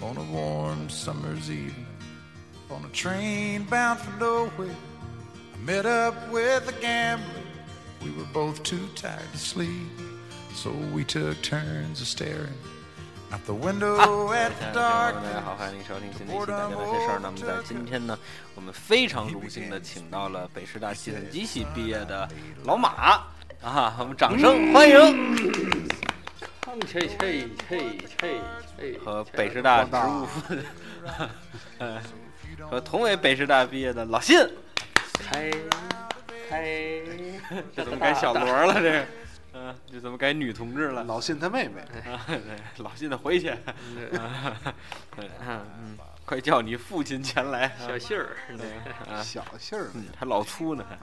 on a warm summer's evening. On a train bound for nowhere, I met up with a gambler. We were both too tired to sleep, so we took turns of staring out the window 各 at 位 the 大家好，大家 darkness. 好，欢迎收听新的一期《大家的些事儿》。那么在今天呢，我们非常荣幸的请到了北师大计算机系毕业的老马啊，我们掌声欢迎！唱切切切切切和北师大职务分，呃，和同为北师大毕业的老信，开开，这怎么改小罗了？这个，嗯、这怎么改女同志了？老信他妹妹，嗯啊，对 老信的回去， 啊对嗯，快叫你父亲前来。啊小信儿，啊哎小信儿呢，还老粗呢，还，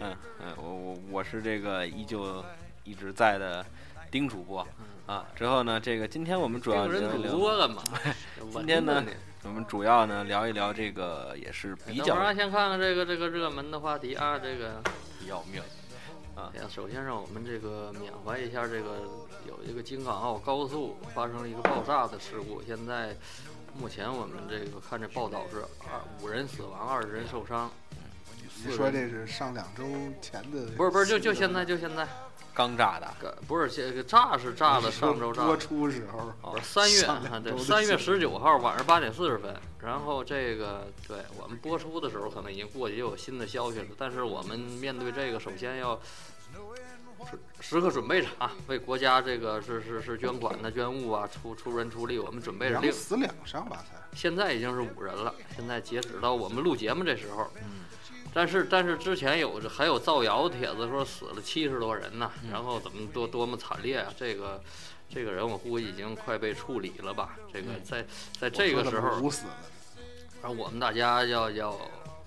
嗯嗯，我我我是这个依旧一直在的丁主播啊。之后呢，这个今天我们主要用聊人一嗯主聊，播干 嘛？今天呢，我们主要呢聊一聊这个也是比等较会儿啊先看看这个这个热门的话题啊，这个，要命，哎呀，首先让我们这个缅怀一下这个有一个京港澳高速发生了一个爆炸的事故，现在目前我们这个看这报道是二五人死亡，二十人受伤， 你说这是上两周前的，不是不是，就就现在就现在，刚炸的，个不是这个炸是炸的，上周炸的播出时候，不是三月上啊，两对，周的三月新十九号晚上八点四十分。然后这个对我们播出的时候，可能已经过去又有新的消息了。但是我们面对这个，首先要时时刻准备着啊，为国家这个是是是捐款的捐物啊，出出人出力，我们准备着。两另死两伤吧才，现在已经是五人了，现在截止到我们录节目这时候，嗯但是但是之前有还有造谣帖子说死了七十多人呢，嗯然后怎么多多么惨烈啊，这个这个人我估计已经快被处理了吧，这嗯个在在这个时我说怎么候，捂死了，而我们大家要要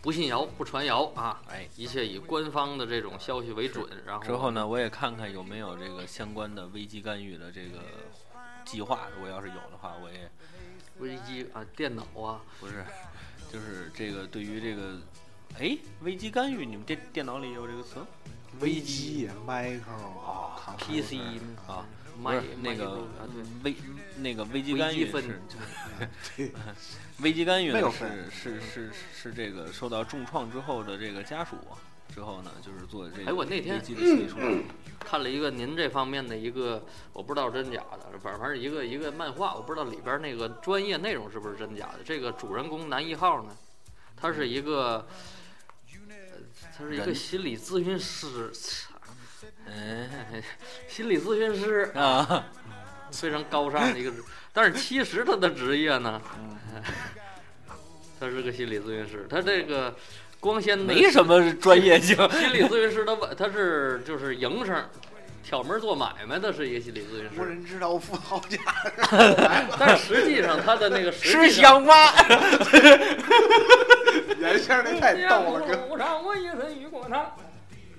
不信谣不传谣啊，哎。一切以官方的这种消息为准，然后之后呢，我也看看有没有这个相关的危机干预的这个计划，如果要是有的话，我也危机啊电脑啊，不是，就是这个对于这个，哎，危机干预，你们电电脑里有这个词吗？危机 Michael 哦啊康复 PC 啊，不是麦那麦个克啊对危那个危机危干机预分是对，嗯危机干预呢没有是分是是是这个受到重创之后的这个家属之后呢，就是做这个哎我那天危机的协助，看了一个您这方面的一个，我不知道真假的，反正一个一个漫画，我不知道里边那个专业内容是不是真假的。这个主人公男一号呢，他是一个，呃他是一个人心理咨询师，操嗯心理咨询师啊，非常高尚的一个职，但是其实他的职业呢，嗯 他是个心理咨询师，他这个光鲜的 没什么专业性，心理咨询师，他他是就是营生。挑门做买卖的是一个心理咨询师，无人知道富豪家，但是实际上他的那个实 吃际上香瓜，原先那太 逗了，跟无常我一身雨果汤。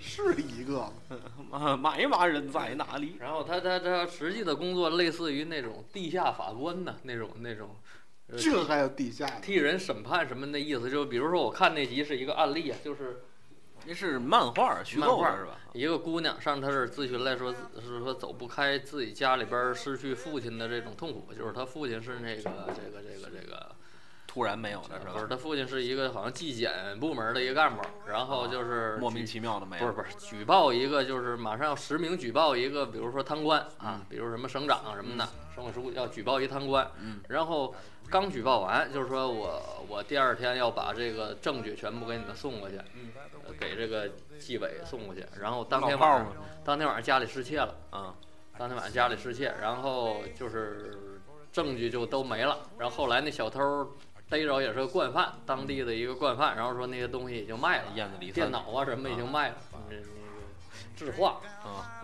是一个，嗯啊 买马人在哪里？然后他他他实际的工作类似于那种地下法官呢，那种那种呃这还有地下的，替人审判什么的意思。就比如说我看那集是一个案例啊，就是这是漫画虚漫构画的是吧？一个姑娘上他这儿咨询来说，是说走不开自己家里边儿失去父亲的这种痛苦，就是他父亲是那个这个这个这个突然没有了是不是吧？他父亲是一个好像纪检部门的一个干部，然后就是莫名其妙的没不是有，不是，举报一个就是马上要实名举报一个，比如说贪官啊嗯，比如什么省长啊什么的，省委书记要举报一贪官，嗯，然后刚举报完，就是说我我第二天要把这个证据全部给你们送过去，呃给这个纪委送过去，然后当天晚上嗯老炮儿当天晚上家里失窃了，啊，当天晚上家里失窃，然后就是证据就都没了，然后后来那小偷。逮着也是个惯犯，当地的一个惯犯，然后说那些东西已经卖了，燕子离电散脑啊什么已经卖了，那个智化啊，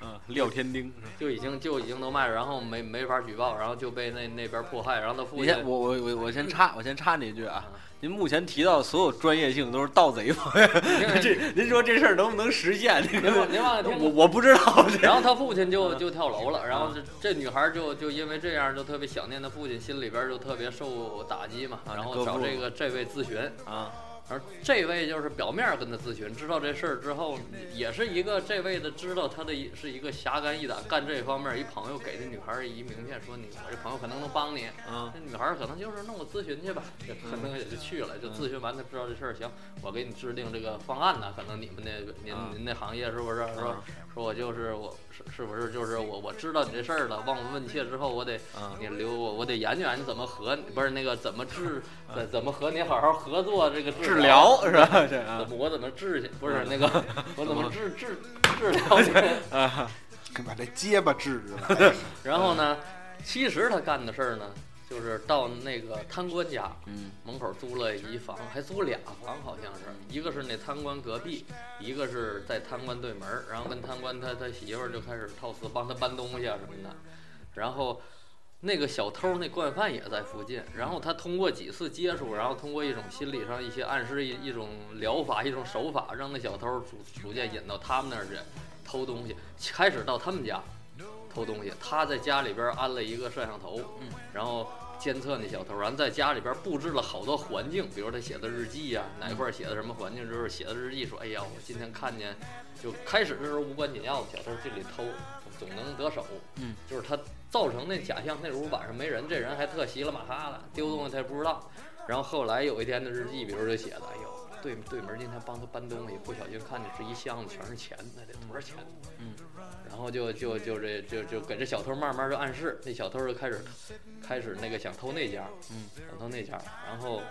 嗯，廖天丁。就已经就已经都卖了，然后没没法举报，然后就被那那边迫害，然后他父你亲先，我我我我先插，我先插你一句啊嗯，您目前提到的所有专业性都是盗贼吗？ 这您说这事儿能不能实现？这 您个往您往我听。我不知道。这然后他父亲嗯就就跳楼了，然后这这女孩就就因为这样就特别想念她父亲，心里边就特别受打击嘛。啊然这后搁不找住这个这位咨询，啊，而这位就是表面跟他咨询，知道这事儿之后，也是一个这位的知道他的一是一个侠肝义胆干这一方面，一朋友给这女孩儿一名片，说你我这朋友可能能帮你。嗯那女孩儿可能就是那我咨询去吧，就可能也就去嗯了，就咨询完，她知道这事儿，行，我给你制定这个方案呢。可能你们那个您啊您那行业是不是说说我就是我是是不是就是我我知道你这事儿了，望闻问切之后，我得嗯你留我我得研究研究怎么和不是那个怎么 治怎怎么和你好好合作这个治疗疗是吧？这怎啊么我怎么治去？不是嗯那个我怎么治治 治疗去？啊把这结巴治 治了。然后呢，其实他干的事儿呢，就是到那个贪官家，嗯门口租了一房，还租俩房，好像是一个是那贪官隔壁，一个是在贪官对门儿，然后跟贪官他他媳妇儿就开始套词，帮他搬东西啊什么的。然后那个小偷那惯犯也在附近，然后他通过几次接触，然后通过一种心理上一些暗示，一一种疗法，一种手法，让那小偷逐逐渐引到他们那儿去偷东西，开始到他们家偷东西。他在家里边儿安了一个摄像头，嗯，然后监测那小偷，然后在家里边布置了好多环境，比如他写的日记呀、哪块儿写的什么环境，就是写的日记说，哎呀，我今天看见，就开始的时候无关紧要的小偷进里偷，总能得手，嗯，就是他造成那假象，那屋晚上没人，这人还特稀了马哈的丢东西他也不知道，然后后来有一天的日记，比如就写的，哎呦。对对门今天帮他搬东西，不小心看见是一箱子全是钱，那得多少钱？嗯，然后就就就这就就给这小偷慢慢就暗示，那小偷就开始开始那个想偷那家，嗯，想偷那家，然后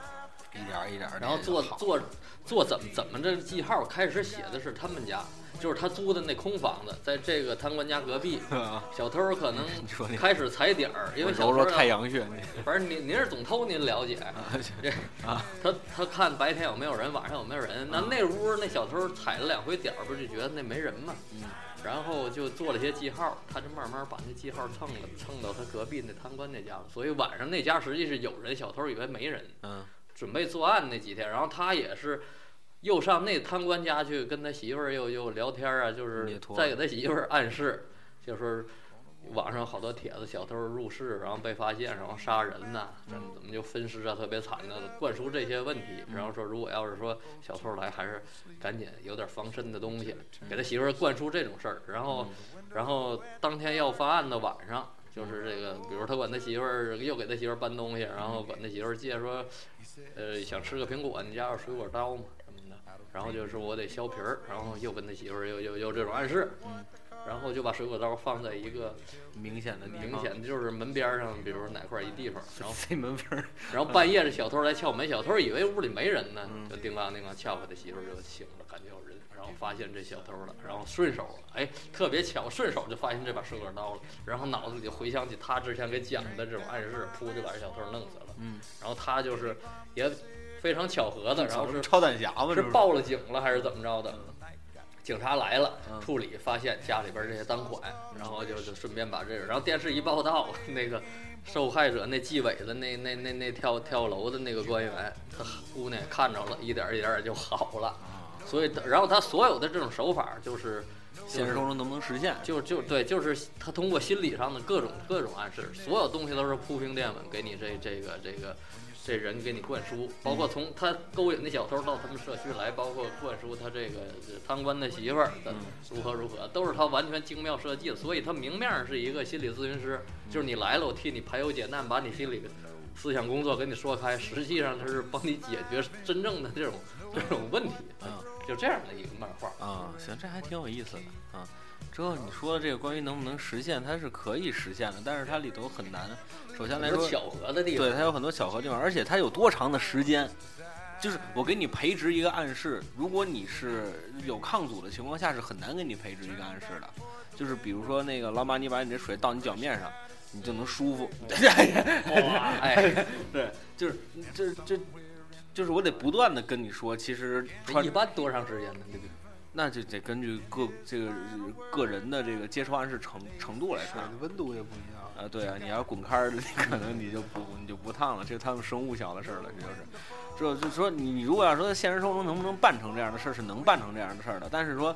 一点儿一点儿这个好，然后做做做怎么怎么这记号，开始写的是他们家，就是他租的那空房子，在这个贪官家 隔壁， 啊小偷可能你说那开始踩点儿，因为小揉偷揉要太，阳嗯穴，你 反正您您是总偷，您了解， 这啊他他看白天有没有人，晚上有没有人。那嗯那屋那小偷踩了两回点儿，不就觉得那没人嘛？嗯。然后就做了些记号，他就慢慢把那记号蹭了，蹭到他隔壁那贪官那家了。所以晚上那家实际是有人，小偷以为没人，嗯准备作案那几天，然后他也是。又上那贪官家去跟他媳妇儿又又聊天啊，就是捏托再给他媳妇儿暗示，就说网上好多帖子，小偷入室，然后被发现，然后杀人呐、怎嗯么怎么就分尸啊，特别惨的，灌输这些问题。然后说，如果要是说小偷来，还是赶紧有点防身的东西，嗯给他媳妇儿灌输这种事儿。然后，然后当天要发案的晚上，就是这嗯个，比如他管他媳妇儿又给他媳妇儿搬东西，然后管他媳妇儿借说，呃，想吃个苹果，你家有水果刀吗？什么的。然后就是我得削皮儿，然后又跟他媳妇儿又又又这种暗示，嗯然后就把水果刀放在一个明显的地明方显的就是门边儿上，比如哪块儿一地方，然后塞门缝儿，然后半夜这小偷来撬门，小偷以为屋里没人呢嗯，就叮当叮当撬开，他媳妇儿就醒了，感觉有人，然后发现这小偷了，然后顺手，哎，特别巧，顺手就发现这把水果刀了，然后脑子里就回想起他之前给讲的这种暗示，噗就把这小偷弄死了，嗯，然后他就是也非常巧合的，然后是超胆侠嘛，是这不报了警了还是怎么着的？警察来了嗯，处理发现家里边这些赃款，然后就就顺便把这个，然后电视一报道， 那个受害者那纪委的那那那那跳跳楼的那个官员，他姑娘也看着了，一点儿一点儿就好了，所以他然后他所有的这种手法就是现实生活中能不能实现？就就对，就是他通过心理上的各种各种暗示，所有东西都是铺平垫稳给你这这个这个这人给你灌输，包括从他勾引那小偷到他们社区来，包括灌输他这个贪官的媳妇儿嗯的如何如何，都是他完全精妙设计的。所以他明面上是一个心理咨询师，嗯就是你来了，我替你排忧解难，把你心里思想工作给你说开，实际上他是帮你解决真正的这种这种问题，嗯就这样的一个漫画。啊，行，这还挺有意思的啊。之后你说的这个关于能不能实现，它是可以实现的，但是它里头很难。首先来有说，巧合的地方，对，它有很多巧合地方，而且它有多长的时间？就是我给你培植一个暗示，如果你是有抗阻的情况下，是很难给你培植一个暗示的。就是比如说那个老马，你把你这水倒你脚面上，你就能舒服。哇， 哎。对，就是这这，就是我得不断的跟你说，其实穿一般多长时间呢？这个那就得根据个这个个人的这个接受暗示程程度来说。水的温度也不一样。啊，对啊，你要是滚开儿的，你可能你就不你就不烫了，这是他们生物小的事儿了，这就是。就就说你你如果要说现实生活中能不能办成这样的事儿，是能办成这样的事儿的，但是说，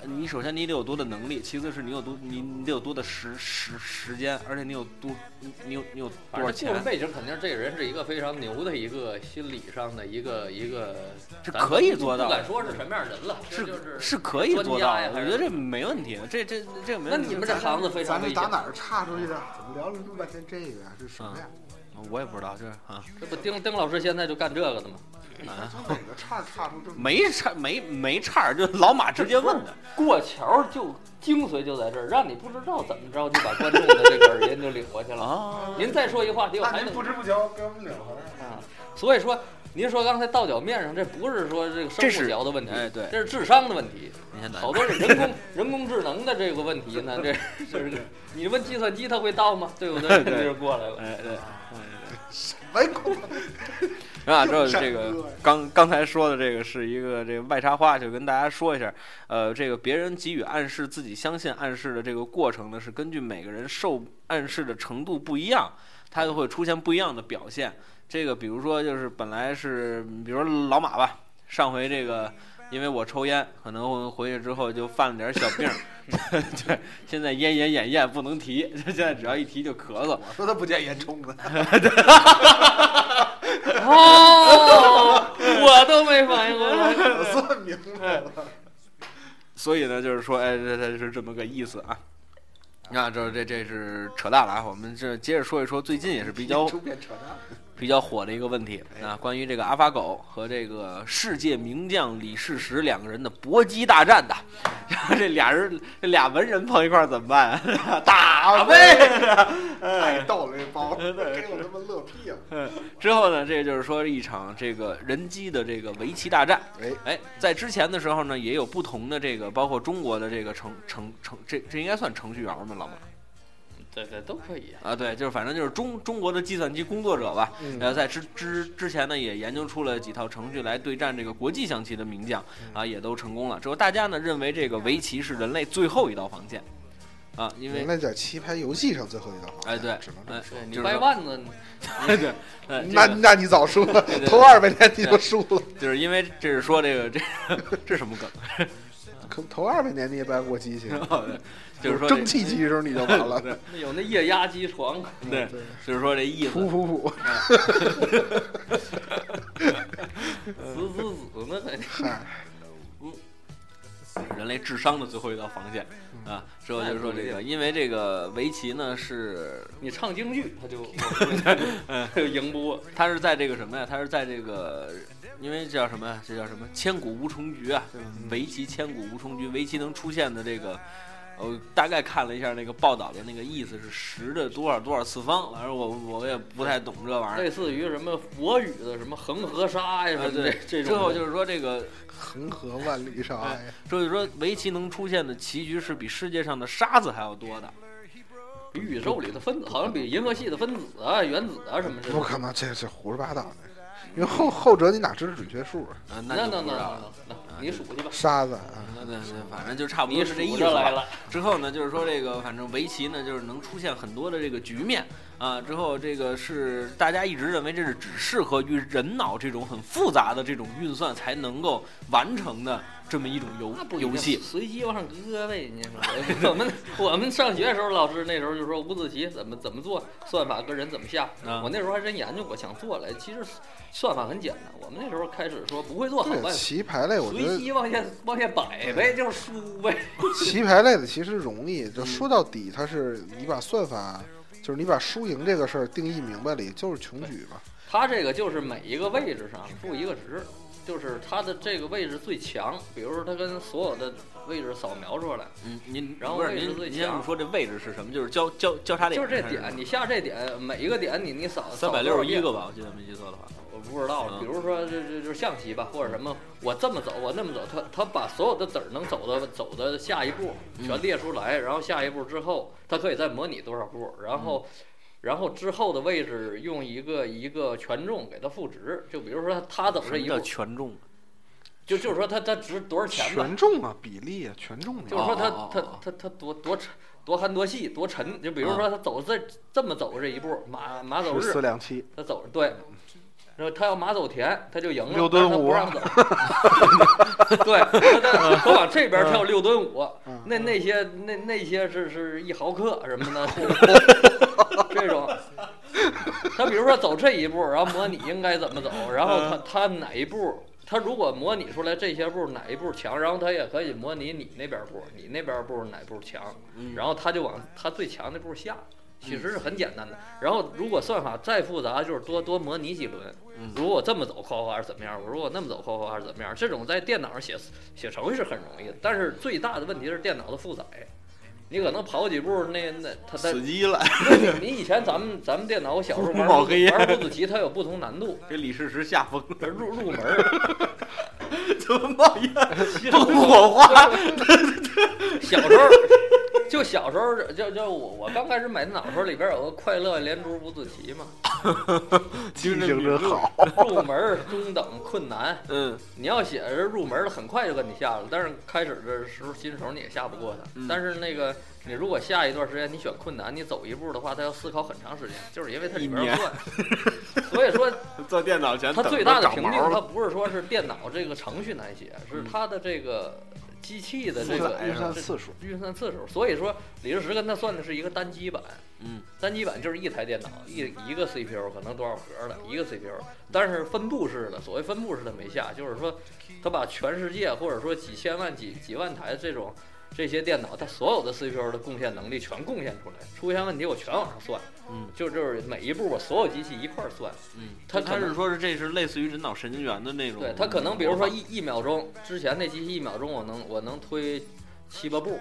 呃你首先你得有多的能力，其次是你有多你你得有多的时时时间，而且你有多你你有你有反多少正故事钱，啊背景肯定这个人是一个非常牛的一个心理上的一个一个，是咱可以做到不敢的，说是什么样的人了，这就是是可以做到的。我专家呀觉得这没问题，这这这没那问题。你们这行子非常咱危这险打，哪儿岔出去的？怎么聊了这么半天这个呀？这什么呀？嗯我也不知道，就是啊，这不丁丁老师现在就干这个的吗？嗯从哪个岔岔出这么？没差没没差儿，就老马直接问的。过桥就精髓就在这儿，让你不知道怎么着，你把观众的这个耳音就领过去了。啊，您再说一话题，我那还您得不知不觉跟我们聊了。啊，所以说，您说刚才倒脚面上，这不是说这个这生是物聊的问题，哎对这是智商的问题。你 先等好多是人工人工智能的这个问题呢，这这是个你问计算机它会到吗？对不对？对这就过来了。哎对。 没空， 然后啊之后这个刚刚才说的这个是一个这个外插话，就跟大家说一下，呃，这个别人给予暗示，自己相信暗示的这个过程呢，是根据每个人受暗示的程度不一样，它就会出现不一样的表现。这个比如说就是本来是，嗯比如说老马吧，上回这个因为我抽烟，可能我回去之后就犯了点小病儿， 对，现在咽炎眼炎不能提，现在只要一提就咳嗽。我说他不见烟囱子，哎哦，我都没反应过来。我算明白了。所以呢，就是说，哎，这这是这么个意思啊。那这这这是扯淡了啊！我们这接着说一说最近也是比 较出变扯淡了，比较火的一个问题哎啊，关于这个阿法狗和这个世界名将李世石两个人的搏击大战的， 然后这俩人这俩文人碰一块儿怎么办、啊？ 打呗！太逗了这包，给我他妈乐屁了。 啊之后呢，这就是说一场这个人机的这个围棋大战。哎，哎，在之前的时候呢，也有不同的这个，包括中国的这个程程程，这这应该算程序员们了吗？对对，都可以。啊，对，就是反正就是中中国的计算机工作者吧，嗯然后在之之之前呢，也研究出了几套程序来对战这个国际象棋的名将，嗯啊，也都成功了。之后大家呢认为这个围棋是人类最后一道防线，啊，因为那叫棋牌游戏上最后一道防线哎对只能这哎么说。对你就是 掰说腕子，你对，呃这那个那你早说，对头二百年你就输了，就是因为这是说这个这这是什么梗？ 可头二百年你也掰过机器，哦就是说这蒸汽机的时候你就完了。那有那液压机床，对，就是说这意思噗。噗噗，滋滋滋呢，嗨，人类智商的最后一道防线嗯啊。之后就是说这个，因为这个围棋呢是你唱京剧，他就他就赢不过。他是在这个什么呀？他是在这个，因为这叫什么呀？这叫什么？千古无穷局啊！就是嗯围棋千古无穷局，围棋能出现的这个，我大概看了一下那个报道的那个意思是十的多少多少次方，反正我我也不太懂这玩意类似于什么佛语的什么恒河沙呀儿。啊，什么这对，这之后种的，就是说这个，恒河万里沙呀，就是说围棋能出现的棋局是比世界上的沙子还要多的。比宇宙里的分子，好像比银河系的分子啊、原子啊什么这不。可能，这是胡说八道的。因为后后者你哪知道准确数啊？啊，那就那不知那道了。那，你数去吧。沙子啊，那那那反正就差不你多是数这意思着来吧。了，之后呢，就是说这个，反正围棋呢，就是能出现很多的这个局面啊。之后这个是大家一直认为这是只适合于人脑这种很复杂的这种运算才能够完成的这么一种那不游一定游戏。随机往上搁呗。你说 我 们我们上学的时候，老师那时候就说五子棋怎么怎么做，算法跟人怎么下。啊我那时候还真研究过，想做来。其实算法很简单，我们那时候开始说不会哦做好办对，法，棋牌类我觉随得机往下往下摆嗯呗，就是输呗。棋牌类的其实容易，嗯就说到底，它是你把算法，就是你把输赢这个事儿定义明白了，也就是穷举嘛。它这个就是每一个位置上赋一个值，就是它的这个位置最强，比如说它跟所有的位置扫描出来，嗯，您然后不是位置您最您先跟我强说这位置是什么？就是交交交叉点，就是这点，你下这点，每一个点你你扫嗯三百六十一，扫个多少遍吧，我记得没记错的话。我不知道嗯，比如说这这就是象棋吧，或者什么，我这么走，我那么走，他他把所有的子儿能走的走的下一步全列出来，然后下一步之后，他可以再模拟多少步，然后。然后之后的位置用一个一个权重给它赋值，就比如说他走什这么哦一叫步，权重？就就是说它它值多少钱吧，权重啊，比例啊，权重就啊，是说它哦哦它哦它它多多沉多憨多细多沉，就比如说它走这这么走这一步，马马走十日四，两七，它走对，然后他要马走田，他就赢了，六吨但是他五啊不让走。 对，他他他往这边他有六吨五，嗯那那些那那些是是一毫克什 么的，这种。 他比如说走这一步，然后模拟应该怎么走，然后他他哪一步，他如果模拟出来这些步哪一步强，然后他也可以模拟你那边步，你那边步哪步强，然后他就往他最强那步下。其实是很简单的，然后如果算法再复杂，就是多多模拟几轮。如果我这么走扣扣二怎么样？我如果那么走扣扣二怎么样？这种在电脑上写写程序是很容易的，但是最大的问题是电脑的负载。你可能跑几步，那那它它死机了，你以前咱们咱们电脑，我小时 候玩五毛黑玩五子棋，它有不同 难度，给李世石吓疯了，它入入门儿怎么冒烟？ 不火花，小时候就小时候就就我我刚开始买电脑的时候，里边有个快乐连珠五子棋 嘛，记记性真好。入门儿中等困难，嗯，你要写是入门了，很快就跟你下了，但是开始的时候新手你也下不过他。嗯但是那个你如果下一段时间你选困难，你走一步的话，他要思考很长时间，就是因为它里边一年儿乱。所以说坐电脑前它等最着大的长瓶毛颈，它了，嗯不是说是电脑这个程序难写，是它的这个机器的这个运算次数。运算次数。所以说，李世石跟他算的是一个单机版，嗯，单机版就是一台电脑一一个 CPU 可能多少核的一个 CPU，但是分布式的，所谓分布式的没下，就是说他把全世界或者说几千万几几万台这种这些电脑，它所有的 CPU 的贡献能力全贡献出来，出现问题我全往上算，嗯，就就是每一步我所有机器一块儿算，嗯，它他可能是说是这是类似于人脑神经元的那种，对，它可能比如说一一秒钟之前那机器一秒钟我能我能推七八步，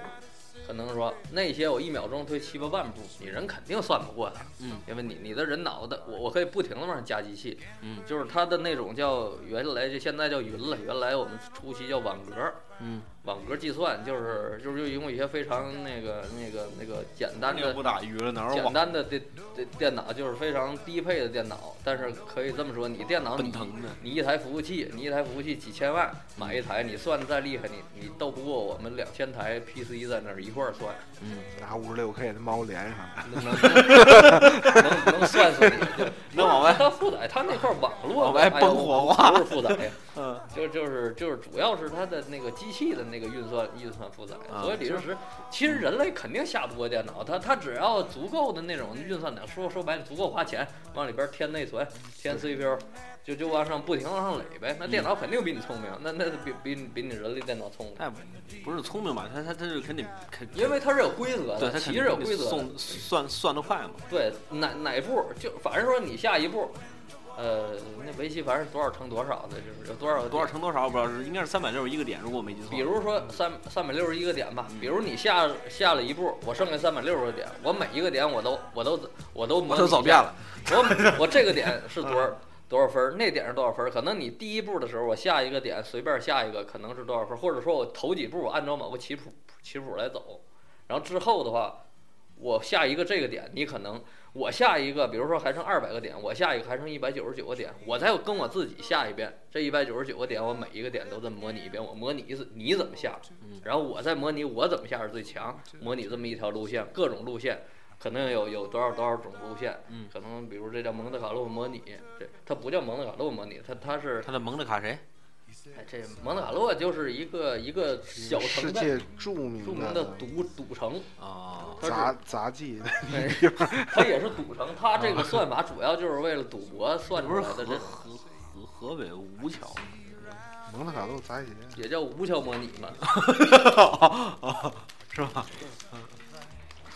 可能说那些我一秒钟推七八万步，你人肯定算不过它，嗯，因为你你的人脑的我我可以不停的往上加机器，嗯就是它的那种叫原来就现在叫云了，原来我们初期叫网格，嗯，网格计算就是就是用一些非常那个那个那个简单那的不打鱼了，哪有简网单的电电电脑就是非常低配的电脑，但是可以这么说，你电脑奔你腾的？你一台服务器，你一台服务器几千万买一台，你算的再厉害，你你斗不过我们两千台 PC 在那儿一块儿算，嗯拿五十六 K 的猫连上，能能能能算死你。对 那往外它负载，它那块儿网络往外哎呦崩火花不是负载呀， 嗯，就就是就是主要是它的那个机器的那个运算运算负载，啊所以李世石其实人类肯定下不过电脑，它它只要足够的那种运算能，说说白了足够花钱，往里边添内存、添 CPU，就就往上不停往上垒呗。那电嗯脑肯定比你聪明，那那比比你比你人类电脑聪明，那不不是聪明吧？他他他是肯定肯，因为它是有规则对他的，肯棋定是有规则的，嗯算算算得快嘛，对，哪哪步就反正说你下一步，呃，那围棋反正多少乘多少的，就是有多少多少乘多少我不知道是应该是三百六十一个点，如果我没记错。比如嗯说三三百六十一个点吧，比如你下下了一步，我剩下三百六十个点，我每一个点我都我都我都模我拟都一下走遍了，嗯我每我这个点是多少多少分儿，那点是多少分儿？可能你第一步的时候，我下一个点随便下一个可能是多少分儿，或者说我头几步我按照某个棋谱棋谱来走，然后之后的话，我下一个这个点，你可能我下一个，比如说还剩二百个点，我下一个还剩一百九十九个点，我再跟我自己下一遍，这一百九十九个点，我每一个点都这么模拟一遍，我模拟一次你怎么下，然后我再模拟我怎么下是最强，模拟这么一条路线，各种路线。可能有有多少多少种路线，嗯可能比如这叫蒙特卡洛模拟，这它不叫蒙特卡洛模拟，它它是他的蒙着卡谁？哎这蒙特卡洛就是一个一个小世城界镇，著著名名的赌赌城，啊，它是杂杂技， 它也是赌城，它这个算法主要就是为了赌博算不是出来河的，河这河河北吴 桥蒙特卡洛杂技。也叫无效模拟嘛。是吧？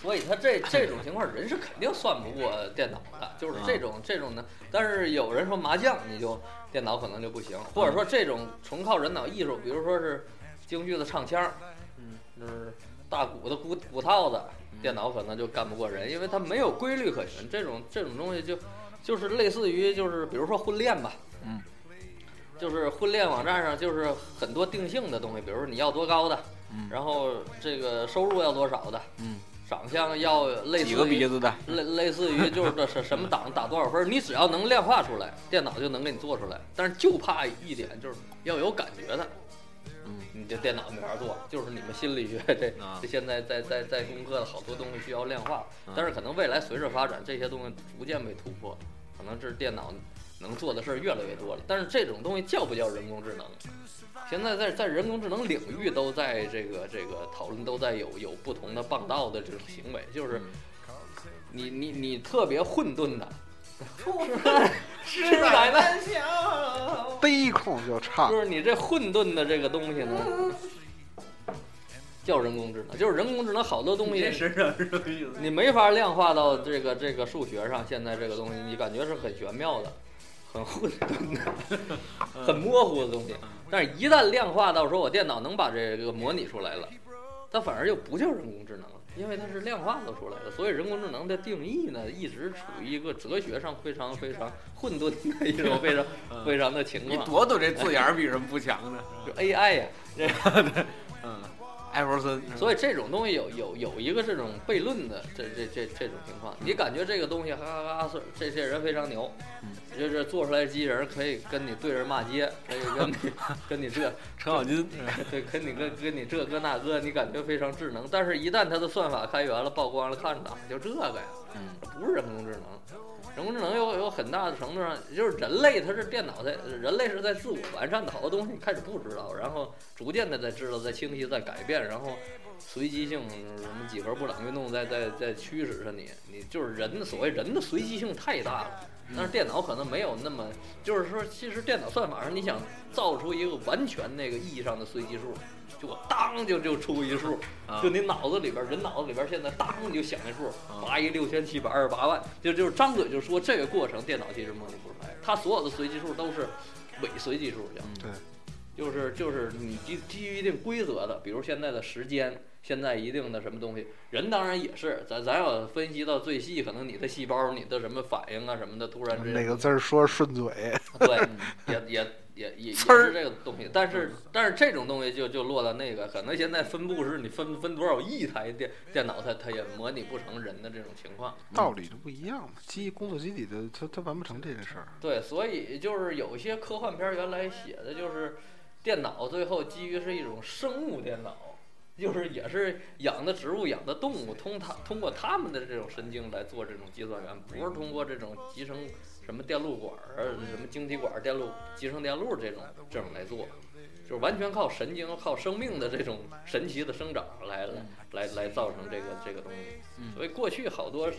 所以它这这种情况，人是肯定算不过电脑的，就是这种这种的。但是有人说麻将，你就电脑可能就不行，或者说这种纯靠人脑艺术，比如说是京剧的唱腔，嗯，就是呃大鼓的鼓鼓套子，电脑可能就干不过人，因为它没有规律可循。这种这种东西就就是类似于就是比如说婚恋吧，嗯，就是婚恋网站上就是很多定性的东西，比如说你要多高的，嗯然后这个收入要多少的，嗯，长相要类似于几个鼻子的？类类似于就是这是什么档打多少分儿，你只要能量化出来，电脑就能给你做出来。但是就怕一点就是要有感觉的，嗯，你这电脑没法做，就是你们心理学这啊这现在在在在攻克了好多东西需要量化嗯，但是可能未来随着发展，这些东西逐渐被突破，可能这是电脑能做的事儿越来越多了。但是这种东西叫不叫人工智能？现在在在人工智能领域都在这个这个讨论，都在有有不同的棒道的这种行为，就是你你你特别混沌的，是是奶奶，悲控就差就，是你这混沌的这个东西呢，叫人工智能，就是人工智能好多东西这是什么什么意思？你没法量化到这个这个数学上，现在这个东西，你感觉是很玄妙的，很混沌的，很模糊的东西。但是，一旦量化到说我电脑能把这个模拟出来了，它反而就不叫人工智能了，因为它是量化做出来的。所以，人工智能的定义呢，一直处于一个哲学上非常非常混沌的一种非常嗯非常的情你况。躲躲这字眼儿比人不强 呢。就 AI 呀、这嗯，艾弗森，所以以这种东西有有有一个这种悖论的这这这这种情况，你感觉这个东西哈哈哈是这些人非常牛，就是做出来机器人可以跟你对着骂街，可以跟你跟你这程咬嗯金，对跟你跟跟你这跟那个，你感觉非常智能，但是一旦它的算法开源了、曝光了，看着啊就这个呀，嗯，不是人工智能。人工智能有有很大的程度上，就是人类它是电脑在，人类是在自我完善的好多东西开始不知道，然后逐渐的在知道、在清晰、在改变，然后随机性什么几何布朗运动在在在驱使着你，你就是人的所谓人的随机性太大了。但是电脑可能没有那么，就是说，其实电脑算法上你想造出一个完全那个意义上的随机数，就我当就就出一数，啊就你脑子里边儿人脑子里边儿现在当你就想那数啊，八亿六千七百二十八万，就就是张嘴就说这个过程，电脑其实模拟不出来，它所有的随机数都是伪随机数，叫对，就是就是你基基于一定规则的，比如现在的时间，现在一定的什么东西，人当然也是，咱咱要分析到最细，可能你的细胞、你的什么反应啊什么的，突然之间哪个字儿说顺嗯嘴，对，也也也也也是这个东西，但是但是这种东西就就落到那个，可能现在分布是你分分多少亿台电电脑，它它也模拟不成人的这种情况。道理就不一样嘛。机工作机理的，它它完不成这件事儿。对，所以就是有些科幻片儿原来写的就是电脑最后基于是一种生物电脑，就是也是养的植物、养的动物，通它通过它们的这种神经来做这种计算元，不是通过这种集成什么电路管儿、什么晶体管儿、电路集成电路这种这种来做。就是完全靠神经、靠生命的这种神奇的生长来来来来造成这个这个东西。所以过去好多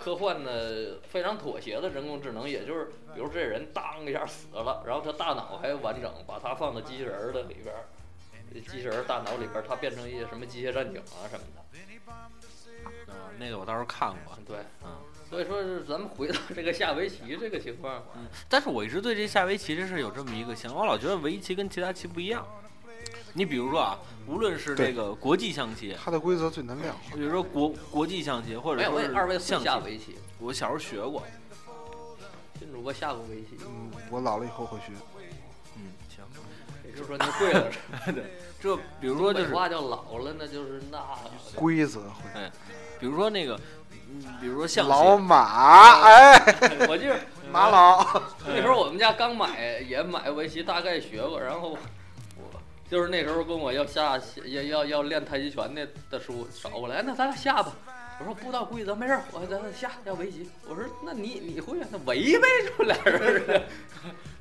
科幻的非常妥协的人工智能，也就是比如这人当一下死了，然后他大脑还完整，把它放到机器人儿的里边儿，机器人儿大脑里边儿，它变成一些什么机械战警啊什么的。啊那个我到时候看过，对，嗯。所以说是咱们回到这个下围棋这个情况，嗯但是我一直对这下围棋这事儿有这么一个想法，我老觉得围棋跟其他棋不一样。你比如说啊，无论是这个国际象棋，它的规则最难量化。比如说国国际象棋，或者没有说我也是二位象会下棋，围棋，我小时候学过。新主播下过围棋，嗯，我老了以后会学。嗯，行。 也就是说您会了。这比如 说就北是，话叫老了，那就是那。规则会。比如说那个，嗯比如说象老棋，马，哎，我记得马老，那时候我们家刚买，也买围棋，大概学过。然后我就是那时候跟我要下要要要练太极拳那的书找过来，那咱俩下吧。我说不知道规则，没事儿，我咱俩下下围棋。我说那你你会啊？那围呗，就俩人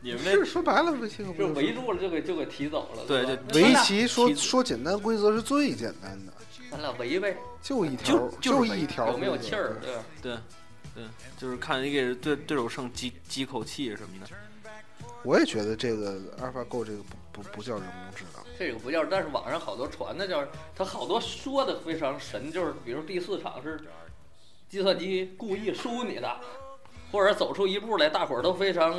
你们是这说白了，围棋和就规则围住了，就给就给提走了。对是吧就那咱围俩棋说棋子说简单规则是最简单的，咱俩围呗，就一条，就就是一条规有则，没有气儿？对吧，对对，就是看你给对对手剩几几口气什么的。我也觉得这个 AlphaGo 这个不不不叫人工智能，这个不叫，但是网上好多传的叫，他好多说的非常神，就是比如第四场是计算机故意输你的，或者走出一步来，大伙儿都非常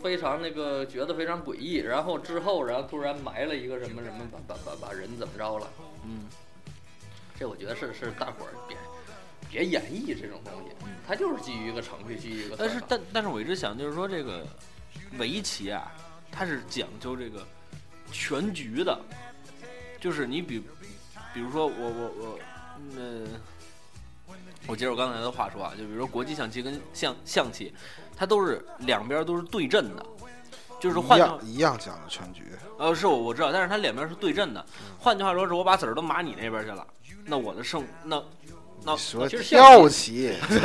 非常那个觉得非常诡异，然后之后然后突然埋了一个什么什么，把把把把人怎么着了，嗯，这我觉得是是大伙儿别别演绎这种东西，嗯它就是基于一个程序，基于一个但算是法，但但是我一直想就是说这个围棋啊，它是讲究这个全局的，就是你比比如说我我我嗯。我接着我刚才的话说啊，就比如说国际象棋跟象象棋，它都是两边都是对阵的，就是换一句样一样讲的全局，呃，是我我知道，嗯但是它两边是对阵的。换句话说，是我把子儿都码你那边去了，那我的胜那那说哦其实象棋跳棋，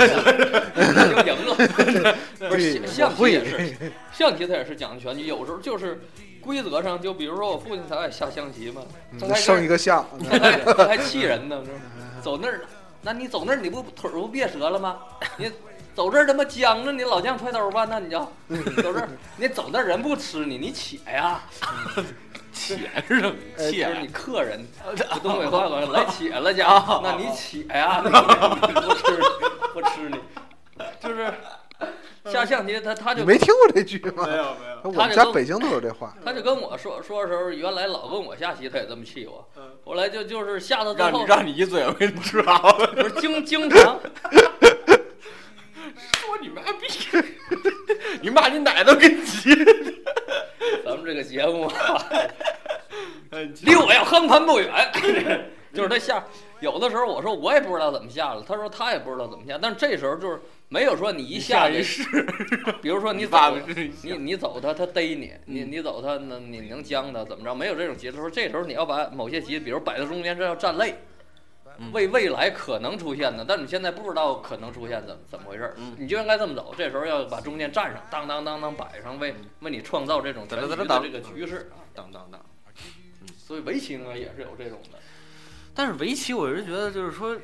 那就赢了。不对是象棋会也是，象棋它也是讲究拳击，有时候就是规则上，就比如说我父亲他爱下象棋嘛，他嗯还剩一个象，他还他还气人呢，这走那儿，那你走那儿你不腿儿不别折了 吗？你走这儿他妈僵着，你老将揣兜儿吧，那你就走这儿，你走那儿人不吃你，你且呀，且是什么？啊且呃就是你客人，东北话管来且了家伙，那你且呀，你不吃不吃你，就是下象棋他他你就没听过这句吗？有没有，我他们这家都北京都有这话，他就跟我说说的时候，原来老跟我下棋，他也这么气我嗯。后来就就是下到最让后你，让你一嘴，我给你吃好了。 不是经经常说你妈逼！你骂你奶都跟急。咱们这个节目啊哎你离我要憨盘不远，就是他下有的时候我说我也不知道怎么下了，他说他也不知道怎么下，但是这时候就是没有说你一下一就，试，比如说你你走爸爸是你你走他，他逮你，你嗯你走他，那你能将他怎么着？没有这种棋的时候，这时候你要把某些棋，比如摆在中间，这叫站累嗯，为未来可能出现的，但你现在不知道可能出现怎么怎么回事儿嗯，你就应该这么走。这时候要把中间站上，当当当当摆上，为为你创造这种全局的这个局势。当当当。所以围棋呢也是有这种的，但是围棋，我是觉得就是说，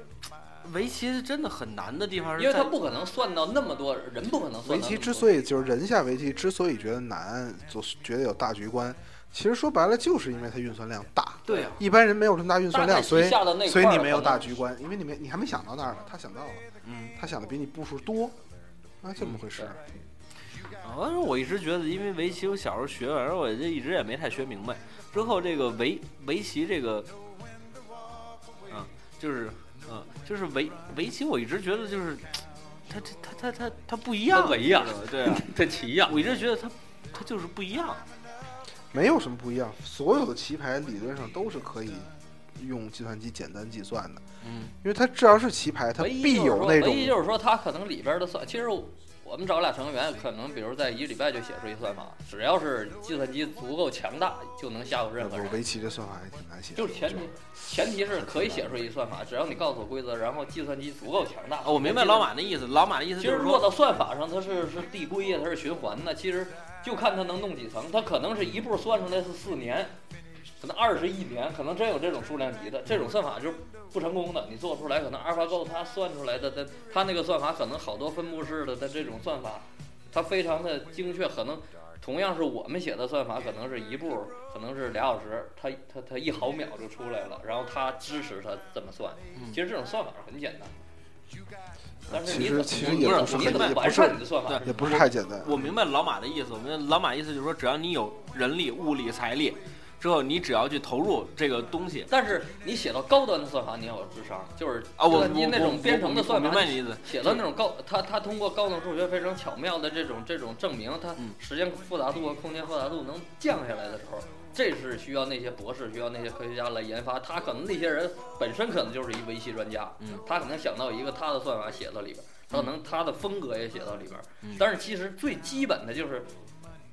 围棋真的很难的地方是因为在他不可能算到那么多人，不可能算到那么多。围棋之所以就是人下围棋之所以觉得难，就觉得有大局观，其实说白了就是因为它运算量大。对啊，一般人没有这么大运算量，大概所以下的那所以块儿你没有可能大局观，因为你没你还没想到那儿呢，他想到了，嗯，他想的比你步数多，啊，这么回事儿。嗯啊，我一直觉得，因为围棋，我小时候学，反正我这一直也没太学明白。之后这个围围棋这个，嗯、就是嗯、就是围围棋，我一直觉得就是，它它它它它它不一样，它围呀你知道吗，对啊，这棋呀，我一直觉得它它就是不一样，没有什么不一样，所有的棋牌理论上都是可以用计算机简单计算的，嗯，因为它只要是棋牌，它唯一必就是有说，那唯一就种是说，他可能里边的算，其实我们找俩成员，可能比如在一个礼拜就写出一算法，只要是计算机足够强大，就能吓唬任何不是人。围棋的算法还挺难写的，就是前提，前提是可以写出一算法，只要你告诉我规则，然后计算机足够强大。啊，我明白老。马的意思，老马的意思其就实是落说，到算法上，它是是递归呀，它是循环的。其实就看它能弄几层，它可能是一步算出来是四年，可能二十一年，可能真有这种数量级的这种算法就是不成功的。你做不出来，可能 AlphaGo 它算出来的，它它那个算法可能好多分布式的，它这种算法它非常的精确，可能。同样是我们写的算法，可能是一步，可能是俩小时，它它它一毫秒就出来了，然后它支持它这么算。嗯其实这种算法很简单，但是嗯其你实怎么其不实也是不是你很怎么也完不善是你的算法对？也不是太简单，我明白老马的意思，我明白老马意思就是说，只要你有人力、物力、财力，之后你只要去投入这个东西，但是你写到高端的算法，你要有智商，就是啊，我计我算机那我种编程的我算明法，白你的意思，写到那种高，它它通过高等数学非常巧妙的这种这种证明，它嗯时间复杂度和空间复杂度能降下来的时候，这是需要那些博士，需要那些科学家来研发。他可能那些人本身可能就是一围棋专家，嗯他可能想到一个他的算法写到里边，他可能他的风格也写到里边。嗯但是其实最基本的就是。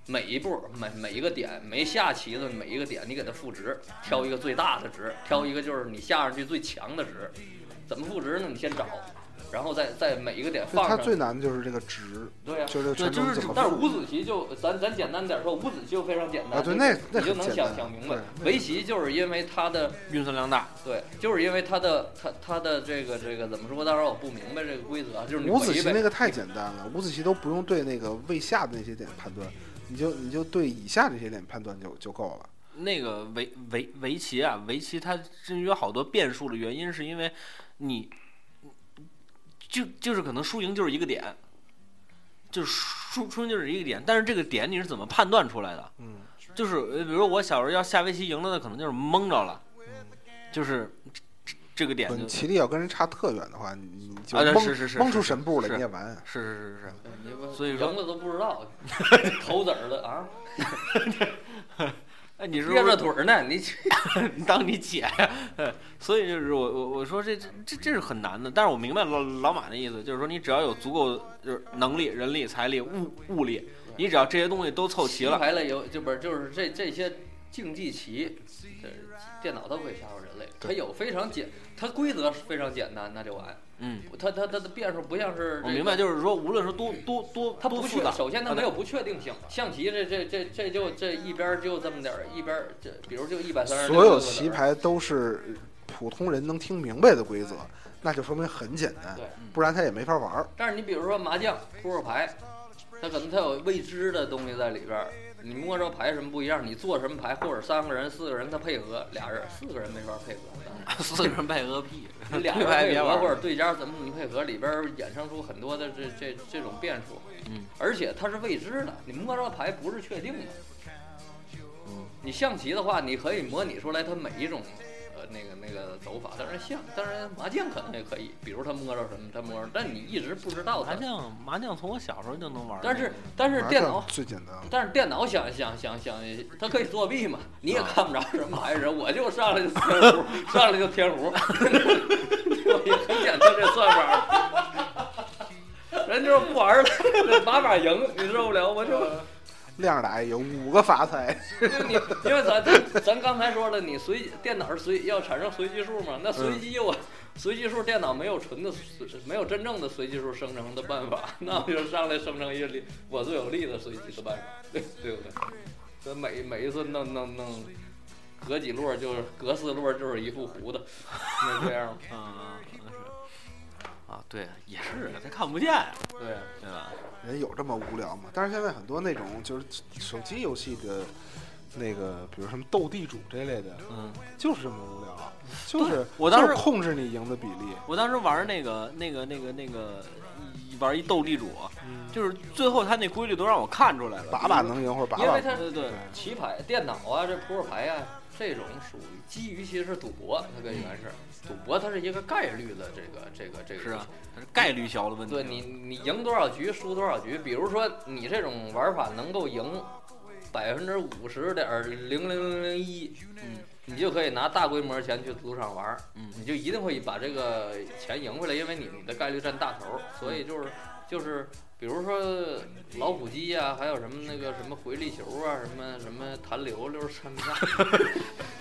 每一步、每每一个点、每下棋的每一个点，你给它赋值，挑一个最大的值，挑一个就是你下上去最强的值。怎么赋值呢？你先找，然后再在每一个点所以放它上。最难的就是这个值，对呀、就是对传就是统怎么但是五子棋就咱咱简单点说，五子棋就非常简单，啊对就那是那你就很能简想单想明白对。围棋就是因为它的运算量大，对，就是因为它的它它的这个这个怎么说？当然我不明白这个规则啊，就是你五子棋围那呗。个太简单了，五子棋都不用对那个未下的那些点判断，你就你就对以下这些点判断就就够了。那个围围围棋啊，围棋它至于有好多变数的原因，是因为你就就是可能输赢就是一个点，就是输输赢就是一个点，但是这个点你是怎么判断出来的？嗯，就是呃比如我小时候要下围棋赢了，那可能就是蒙着了，嗯就是这这这个点不就你是棋力要跟人差特远的话，你你就啊蒙、是是是蒙是出神步了，是你也完。是是是，你不所以说赢了都不知 道，头子儿的啊，哎，你是不憋是着腿儿呢，你你 当你姐呀，呃所以就是我我我说这这这这是很难的，但是我明白老老马的意思，就是说你只要有足够的就是能力、人力、财力、物物力，你只要这些东西都凑齐棋了，牌类有就不是就是这这些竞技棋，这电脑都可以吓唬人类。它有非常简，它规则非常简单，那就完。嗯，它它它的变数不像是、这我明白，个就是说，无论是多多多，它多不复 确杂，，首先它啊没有不确定性。象棋这这这这就这一边儿就这么点儿，一边儿这比如就一百三十。所有棋牌都是普通人能听明白的规则，那就说明很简单对，不然他也没法玩儿。但是你比如说麻将、扑克牌，它可能它有未知的东西在里边儿。你摸着牌什么不一样，你做什么牌，或者三个人、四个人他配合，俩人四个人没法配合，当然四个人拜个屁， 你俩 对人牌配别玩合儿或者对家怎么怎么配合，里边儿衍生出很多的这这这种变数。嗯，而且它是未知的，你摸着牌不是确定的。嗯你象棋的话，你可以模拟出来它每一种呃那个那个走法，当然象，当然麻将可能也可以，比如他摸着什么，他摸着，但你一直不知道它麻。将麻将从我小时候就能玩儿，但是但是麻电脑将最简单了，但是电脑想想想想，它可以作弊嘛？你也看不着什么玩意儿， 我就上来就天胡，上来就天 胡，也很简单这算法。人就是不玩了，把把赢，你受不了，我就亮打也有五个发财，就 你，因为咱咱咱刚才说了，你随电脑是随要产生随机数嘛，那随嗯机我、随机数电脑没有纯的随没有真正的随机数生成的办法，那我就上来生成一个利我最有利的随机的办法，对对不对？这每每一次弄弄弄，隔几摞就是隔四摞就是一副胡的，那这 样吗？嗯，是啊，对，也是，他看不见呀，对啊，对吧？人有这么无聊吗？但是现在很多那种就是手机游戏的。那个，比如什么斗地主这类的，嗯，就是这么无聊，就是我当时就是控制你赢的比例，我当时玩儿那个那个那个那个一玩儿一斗地主，嗯就是最后他那规律都让我看出来了，把把能赢或者把因把为不它赢对对，棋牌、电脑啊，这扑克牌啊，这种属于基于其实是赌博，它跟原是赌博，它是一个概率的这个这个这个是啊，它是概率小的问题。对你，你赢多少局，输多少局。比如说你这种玩法能够赢百分之五十点零零零零一，嗯，你就可以拿大规模钱去赌场玩儿，嗯你就一定会把这个钱赢回来，因为你你的概率占大头儿，所以就是就是。比如说老虎机呀、还有什么那个什么回力球啊，什么什么弹流溜什么的，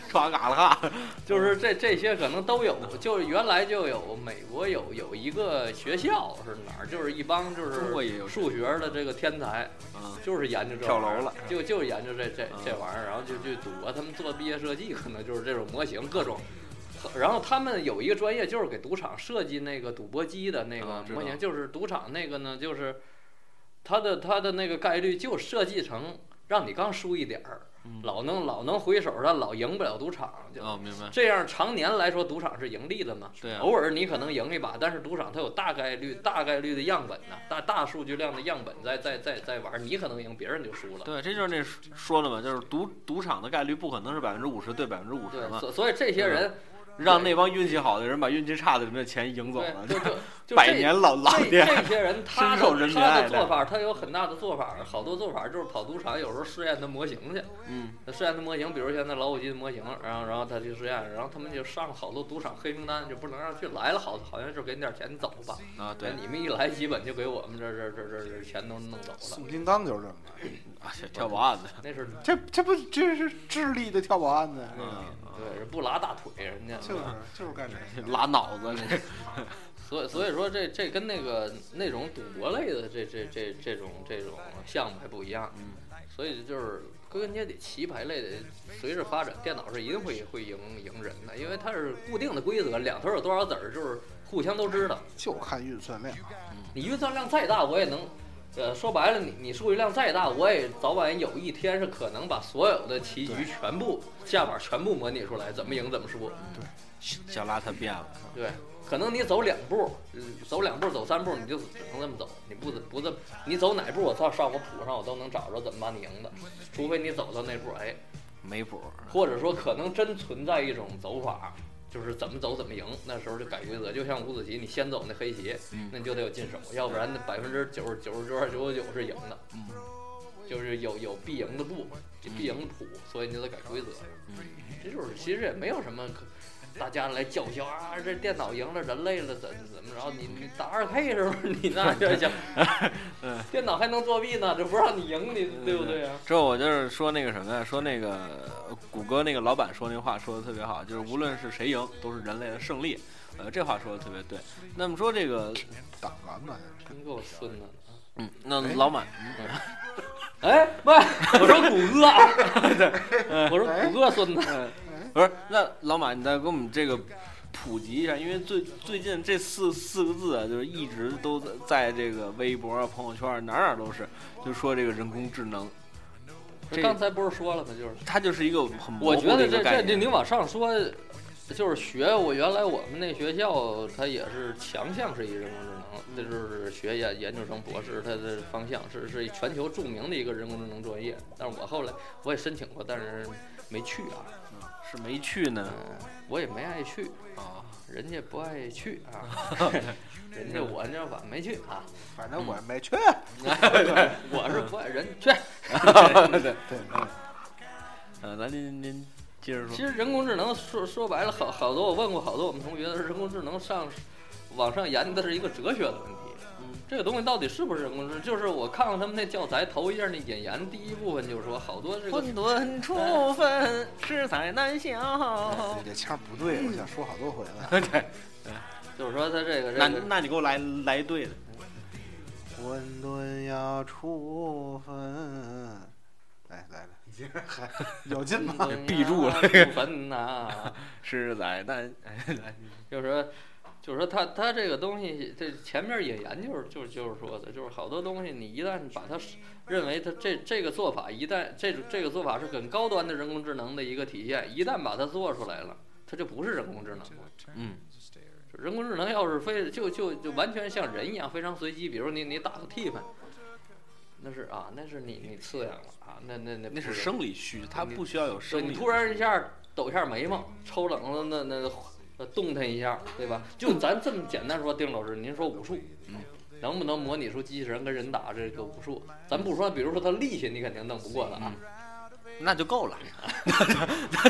刷嘎了哈，就是这这些可能都有，就是原来就有美国有有一个学校是哪儿，就是一帮就是中国也有数学的这个天才，嗯，就是研究这跳楼玩意儿了就就是研究这这嗯这玩意儿，然后就去赌博，他们做毕业设计可能就是这种模型各种。然后他们有一个专业，就是给赌场设计那个赌博机的那啊个知道模型，就是赌场那个呢，就是它的它的那个概率就设计成让你刚输一点儿，嗯老能老能回手，但老赢不了赌场，就哦，明白，这样常年来说，赌场是盈利的嘛？对啊偶尔你可能赢一把，但是赌场它有大概率、大概率的样本呢、大大数据量的样本在在在在玩，你可能赢，别人就输了。对，这就是那说说了嘛，就是赌赌场的概率不可能是百分之五十对百分之五十对，嘛，所所以这些人让那帮运气好的人把运气差的人的钱赢走对了，就就 就百这年老老这店。这 些人他深受人的民他爱的戴做法，他有很大的做法，好多做法就是跑赌场，有时候试验的模型去。嗯，试验的模型，比如现在老虎机的模型，然后然后他去试验，然后他们就上了好多赌场黑名单，就不能让去来了好好像就给你点钱你走吧。啊，对，你们一来基本就给我们这这这这这钱都弄走了，宋金刚就是这么的，啊，跳保案的，那是这这不这是智力的跳保案呢？这个嗯，对不拉大腿人家，就是就是干这个。拉脑子，嗯 这所以所以说这这跟那个那种赌博类的这这这这种这种项目还不一样，嗯所以就是归根结底棋牌类的随着发展，电脑是一定会会赢赢人的，因为它是固定的规则，两头有多少子儿就是互相都知道，就看运算量，你运算量再大我也能。呃，说白了，你你数据量再大，我也早晚有一天是可能把所有的棋局全部下法全部模拟出来，怎么赢怎么输。小邋遢变了，对，可能你走两步，嗯走两步，走三步，你就只能这么走，你不不这么，你走哪步，我操，上我谱上我都能找着怎么把你赢的，除非你走到那步，哎，没谱儿，或者说可能真存在一种走法，就是怎么走怎么赢，那时候就改规则，就像五子棋，你先走那黑棋，那你就得有进手，要不然那百分之九十九十九点九九是赢的，嗯就是有有必赢的步，必赢的谱，所以你就得改规则，这就是其实也没有什么可。大家来叫嚣啊，这电脑赢了，人类了，怎么怎么？然后你你打二 K 时候，你那就想， 电脑还能作弊呢，这不让你赢你，对不对啊？这我就是说那个什么呀，说那个呃谷歌那个老板说那话说的特别好，就是无论是谁赢，都是人类的胜利。呃，这话说的特别对。那么说这个，挡篮板，真够孙子的。啊嗯，那老板，哎，喂，我说谷歌啊， 对，哎我说谷歌孙子，不是，那老马，你再给我们这个普及一下，因为最最近这四四个字啊，就是一直都在在这个微博啊、朋友圈啊哪儿哪儿都是，就说这个人工智能，这刚才不是说了吗？就是它就是一个很模我糊觉的得一个这概这念。这你往上说，就是学我原来我们那学校，它也是强项是一人工智能，这就是学研研究生博士，它的方向是是全球著名的一个人工智能专业。但是我后来我也申请过，但是没去啊，是没去呢嗯，我也没爱去，啊，人家不爱去啊， 人家我那晚没去啊，反正我也没去。 我是不爱人去。 对，呃，咱您您接着说其，实人工智能说说白了，好好多我问过好多我们同学，人工智能上往上研的是一个哲学的问题。这个东西到底是不是人工智能？就是我看过他们那教材头一页那引言，第一部分就是说好多这个混沌初 分，实在难消 你。这腔不对，我想说好多回了。对，就是说它这个这那个那你给我来来对的，混沌要出分，来来来，你接着喊，有劲吗？ 闭住了不分啊呐、实在难。哎来就是说，就是说他他这个东西，这前面也研究，就是就是说的，就是好多东西，你一旦把它是认为它这这个做法，一旦这这个做法是很高端的人工智能的一个体现，一旦把它做出来了，它就不是人工智能了。嗯，就人工智能要是非就就就完全像人一样非常随机，比如你你打个 T 吧，那是啊，那是你你刺痒了啊，那那那那是不人生理需，它不需要有对生你理。突然一下抖一下眉毛，抽冷了那那那动弹一下，对吧？就咱这么简单说，丁老师，您说武术，能不能模拟出机器人跟人打这个武术？咱不说，比如说他力气，你肯定弄不过他啊，那就够 了。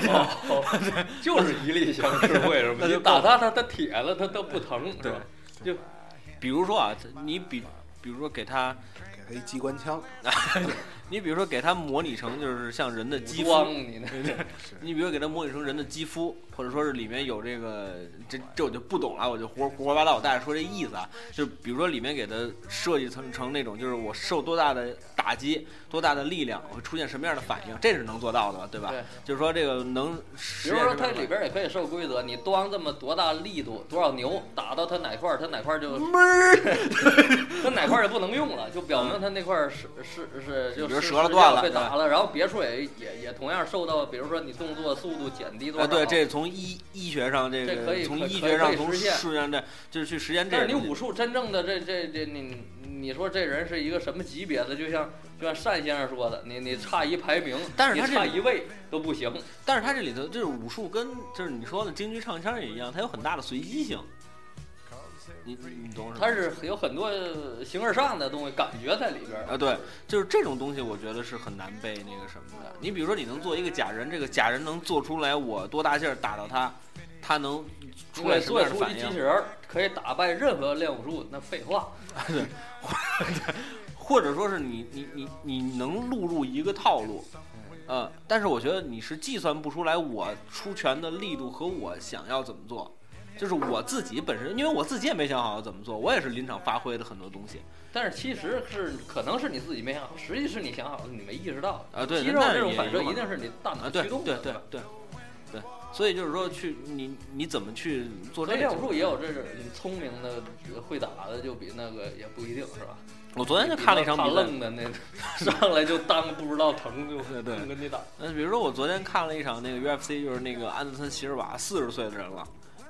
哦 就是一力降 十会是吧？你打他，他他铁了，他他不疼是吧？比如说啊，你比比如说给它， 给他一机关枪，你比如说给它模拟成就是像人的肌咣肤，你那 你比如给它模拟成人的肌肤，或者说是里面有这个这这我就不懂了，我就胡胡说八道，我大概说这意思啊，就比如说里面给它设计成成那种就是我受多大的打击，多大的力量我会出现什么样的反应，这是能做到的吧，对吧？对就是说这个能比实如验说什么它样的里边也可以受规则，你咣这么多大力度，多少牛打到它哪块儿，它哪块儿就闷儿， 它哪块儿也不能用了，就表明它那块儿是是是就比如嗯是折了断了被打了，然后别处也也也同样受到，比如说你动作速度减低多啊，少，对，这从医医学上，这这可个以从可医可学以上，可以从实现术上的，就是去实验这但个是东西。你武术真正的这这这你你说这人是一个什么级别的？就像就像单先生说的，你你差一排名，但是你他这差一位都不行。但是它这里头就是武术跟就是你说的京剧唱腔也一样，它有很大的随机性。你你你懂我什么它意思？是有很多形而上的东西感觉在里边儿。啊，对，就是这种东西，我觉得是很难被那个什么的。你比如说，你能做一个假人，这个假人能做出来我多大劲儿打到他，他能出来什么做样的出一反机器应？人儿可以打败任何练武术，那废话。或者说是你你你你能录入一个套路，呃，但是我觉得你是计算不出来我出拳的力度和我想要怎么做，就是我自己本身，因为我自己也没想好要怎么做，我也是临场发挥的很多东西但是其实是可能是你自己没想好，实际是你想好了，你没意识到。啊对肌肉那这种也反射有一定是你大啊，脑对对驱动对的。对吧对对，所以就是说去你你怎么去做我这这个练武术也有这种聪明的、会打的，就比那个也不一定是吧？我昨天就看了一场比比那赛怕，愣的那上来就当不知道疼就对对跟你打。嗯，比如说我昨天看了一场那个 UFC，就是那个安德森席尔瓦四十岁的人了，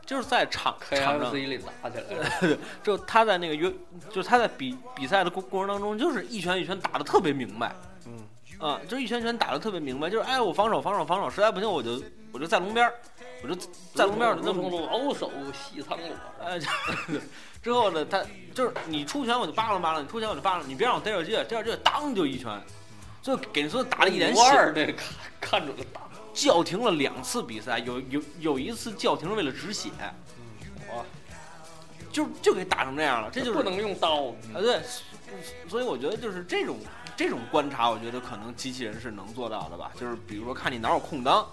就是在场场上 KFC 里打起来了， 就他在那个约，就是他在比比赛的过过程当中，就是一拳一拳打的特别明白，嗯，啊、就是一拳一拳打的特别明白，就是哎，我防守防守防守，实在不行我就我就在笼边儿，我就在笼边儿就如这么同老手戏苍裸。呃，就 之后呢，他就是你出拳我就扒拉扒拉，你出拳我就扒拉，你别让我逮着机会，逮着机会当就一拳，就给人说打了一脸五血，二这看看准了打，叫停了两次比赛，有有有一次叫停是为了止血，哦哇，就就给打成这样了，这就是不能用刀。啊，对，所以我觉得就是这种这种观察，我觉得可能机器人是能做到的吧。就是比如说看你哪有空档，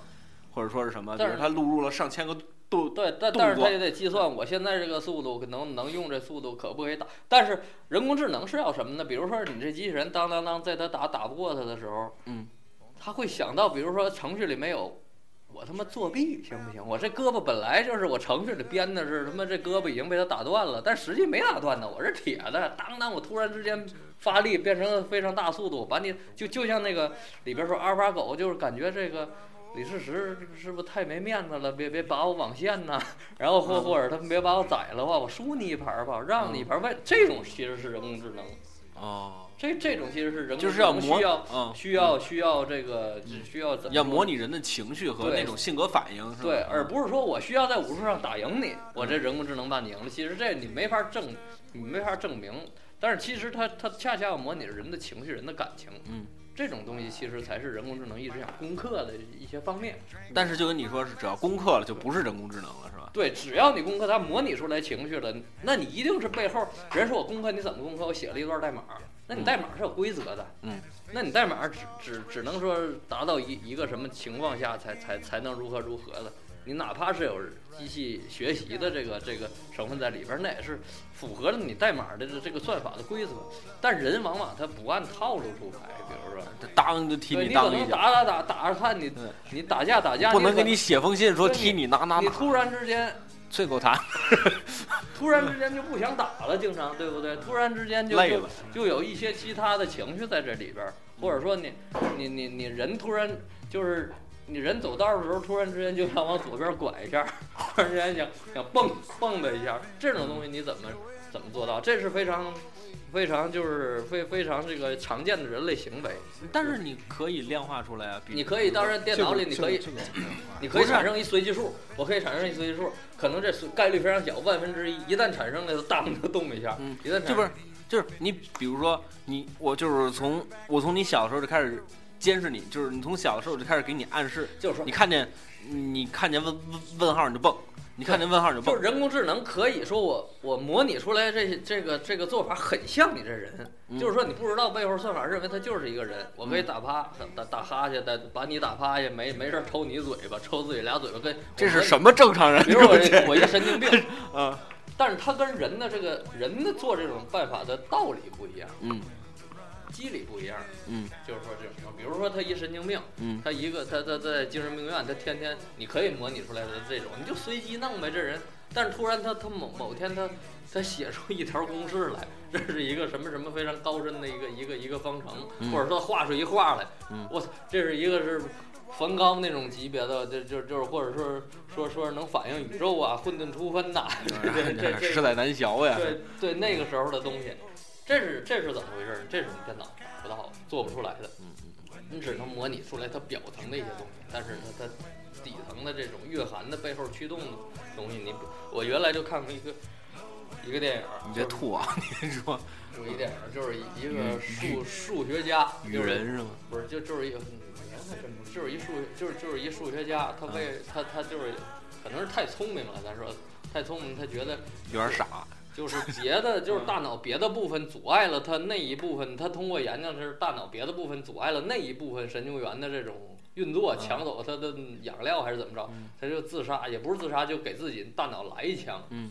或者说是什么，比但是如他录入了上千个动，对，但动但是作它也得计算我现在这个速度能能用这速度可不可以打？但是人工智能是要什么呢？比如说你这机器人当当当，在它打打不过它的时候，嗯，它会想到，比如说程序里没有，我他妈作弊行不行？我这胳膊本来就是我程序里编的是他妈这胳膊已经被它打断了，但实际没打断呢，我是铁的，当当我突然之间发力变成非常大速度，把你就就像那个里边说阿尔法狗，就是感觉这个。李世石是不是太没面子了？别别把我网线呐、然后啊或或者他们别把我宰了吧，我输你一盘儿吧，我让你一盘儿。嗯为这种其实是人工智能，哦，这这种其实是人工就是智要能模需要嗯需要需要这个需要怎么要说模拟嗯人的情绪和对那种性格反应，是吧对，而不是说我需要在武术上打赢你，嗯我这人工智能把你赢了。其实这你没法证，你没法证明。但是其实它它恰恰要模拟人的情绪、人的感情，嗯，这种东西其实才是人工智能一直想攻克的一些方面。嗯但是就跟你说是，只要攻克了，就不是人工智能了，是吧？对，只要你攻克它模拟出来情绪了，那你一定是背后人说我攻克你怎么攻克？我写了一段代码，那你代码是有规则的，嗯，那你代码只只只能说达到一一个什么情况下才才才能如何如何的。你哪怕是有机器学习的这个这个成分在里边儿，那也是符合了你代码的这这个算法的规则。但人往往他不按套路出牌，比如说，当就踢对嗯你你当可了一能脚，打打打打着看你对你打架打架，不能给可你写封信说对踢你你拿拿你拿，突然之间啐口 痰，突然之间就不想打了，经常对不对？突然之间就嗯累就了嗯就有一些其他的情绪在这里边儿，或者说你你你你人突然就是你人走道的时候，突然之间就想往左边拐一下， 突然之间想想蹦蹦的一下，这种东西你怎么怎么做到？这是非常非常就是非非常这个常见的人类行为。但是你可以量化出来啊，比你可以，当然电脑里你可以这个这个你可以产生一随机数，我可以产生一随机数，可能这随概率非常小，万分之一。一旦产生了，就当就动一下，嗯一旦产就生不是，就是你，比如说你，我就是从我从你小的时候就开始监视你，就是你从小的时候就开始给你暗示，就是说你，看见你看见问问问号你就蹦，你看见问号你就就是蹦，人工智能可以说我我模拟出来这些这个这个做法很像你这人，嗯就是说你不知道背后算法认为他就是一个人，我可以打趴打打哈欠，打把你打趴下，没没事儿抽你嘴巴，抽自己俩嘴巴跟嗯这是么？什么正常人？比如我这我一神经病， 嗯但是他跟人的这个人的做这种办法的道理不一样，嗯机理不一样。 嗯就是说这种情况，比如说他一神经病，嗯他一个他他在精神病院，他天天你可以模拟出来的这种，你就随机弄呗，这人。但是突然他他某某天他他写出一条公式来， 这是一个什么什么非常高深的一个一个一个方程，嗯或者说画出一画来，嗯我操，这是一个是梵高那种级别的，这就就是或者说说说能反映宇宙啊，混沌初分呐、哎 这这这实在难嚼 呀。对对，那个时候的东西，这是这是怎么回事？这是你电脑不到做不出来的，嗯你只能模拟出来它表层的一些东西，但是它它底层的这种蕴含的背后驱动的东西，你我原来就看过一个一个电影，你就别是吐啊！ 你说有一电影就是一个数数学家，雨就是人是吗？不是，就就是一个，嗯原来什么，就是一数，就是就是一数学嗯家，他为他他就是，可能是太聪明了，咱说太聪明，他觉得有点傻。啊就是别的，就是大脑别的部分阻碍了他那一部分，他通过研究是大脑别的部分阻碍了那一部分神经元的这种嗯运作，抢走他的养料还是怎么着，他就自杀，也不是自杀，就给自己大脑来一枪，嗯，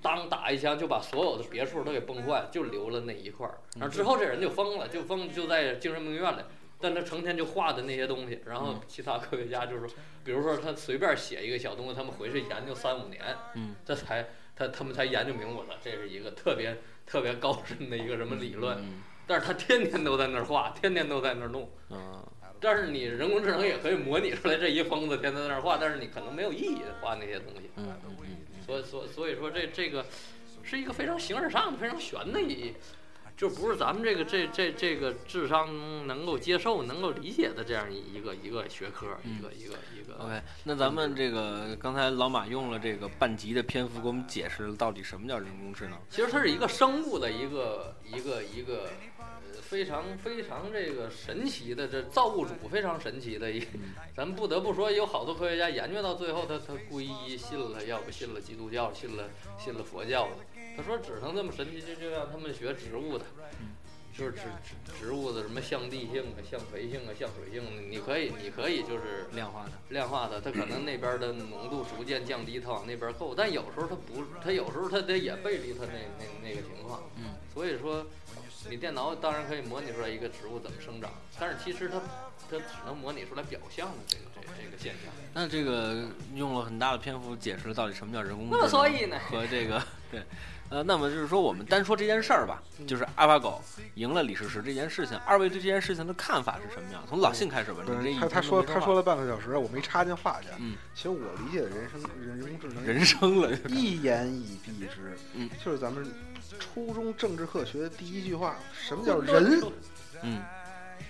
当打一枪就把所有的别处都给崩坏，就留了那一块儿。嗯然后之后这人就疯了，就疯就在精神病院里。但他成天就画的那些东西，然嗯后其他科学家就是，比如说他随便写一个小东西，他们回去研究三五年，嗯，这才他他们才研究明白了，这是一个特别特别高深的一个什么理论。嗯但是他天天都在那儿画，天天都在那儿弄。嗯但是你人工智能也可以模拟出来这一疯子天天在那儿画，但是你可能没有意义地画那些东西。嗯嗯嗯，啊所以所以所以说这这个是一个非常形而上的、非常玄的一就不是咱们这个这这这个智商能够接受、能够理解的这样一个一个学科，一嗯个一个一个。 OK，那咱们这个刚才老马用了这个半集的篇幅给我们解释了到底什么叫人工智能。其实它是一个生物的一个一个一个，呃，非常非常这个神奇的，这造物主非常神奇的一个， 咱们不得不说，有好多科学家研究到最后，他他皈依信了，要不信了基督教，信了信了佛教了。他说只能这么神奇，就就让他们学植物的，就是植植植物的什么向地性啊、向肥性啊、向水性啊，你可以你可以就是量化的，量化的，它可能那边的浓度逐渐降低，它往那边扣，但有时候它不，它有时候它得也背离它那那那个情况。嗯，所以说，你电脑当然可以模拟出来一个植物怎么生长，但是其实它它只能模拟出来表象的这个这这个现象。那这个用了很大的篇幅解释了到底什么叫人工智那能，所以呢和这个对，呃，那么就是说我们单说这件事儿吧，嗯就是阿巴狗赢了李世石这件事情，二位对这件事情的看法是什么样？从老信开始吧，不你这是一他他天都说没他说话了半个小时，我没插进话去。嗯，其实我理解的人生人人工智能人生 了，一言以蔽之，嗯，就是咱们初中政治课学的第一句话，什么叫人？嗯，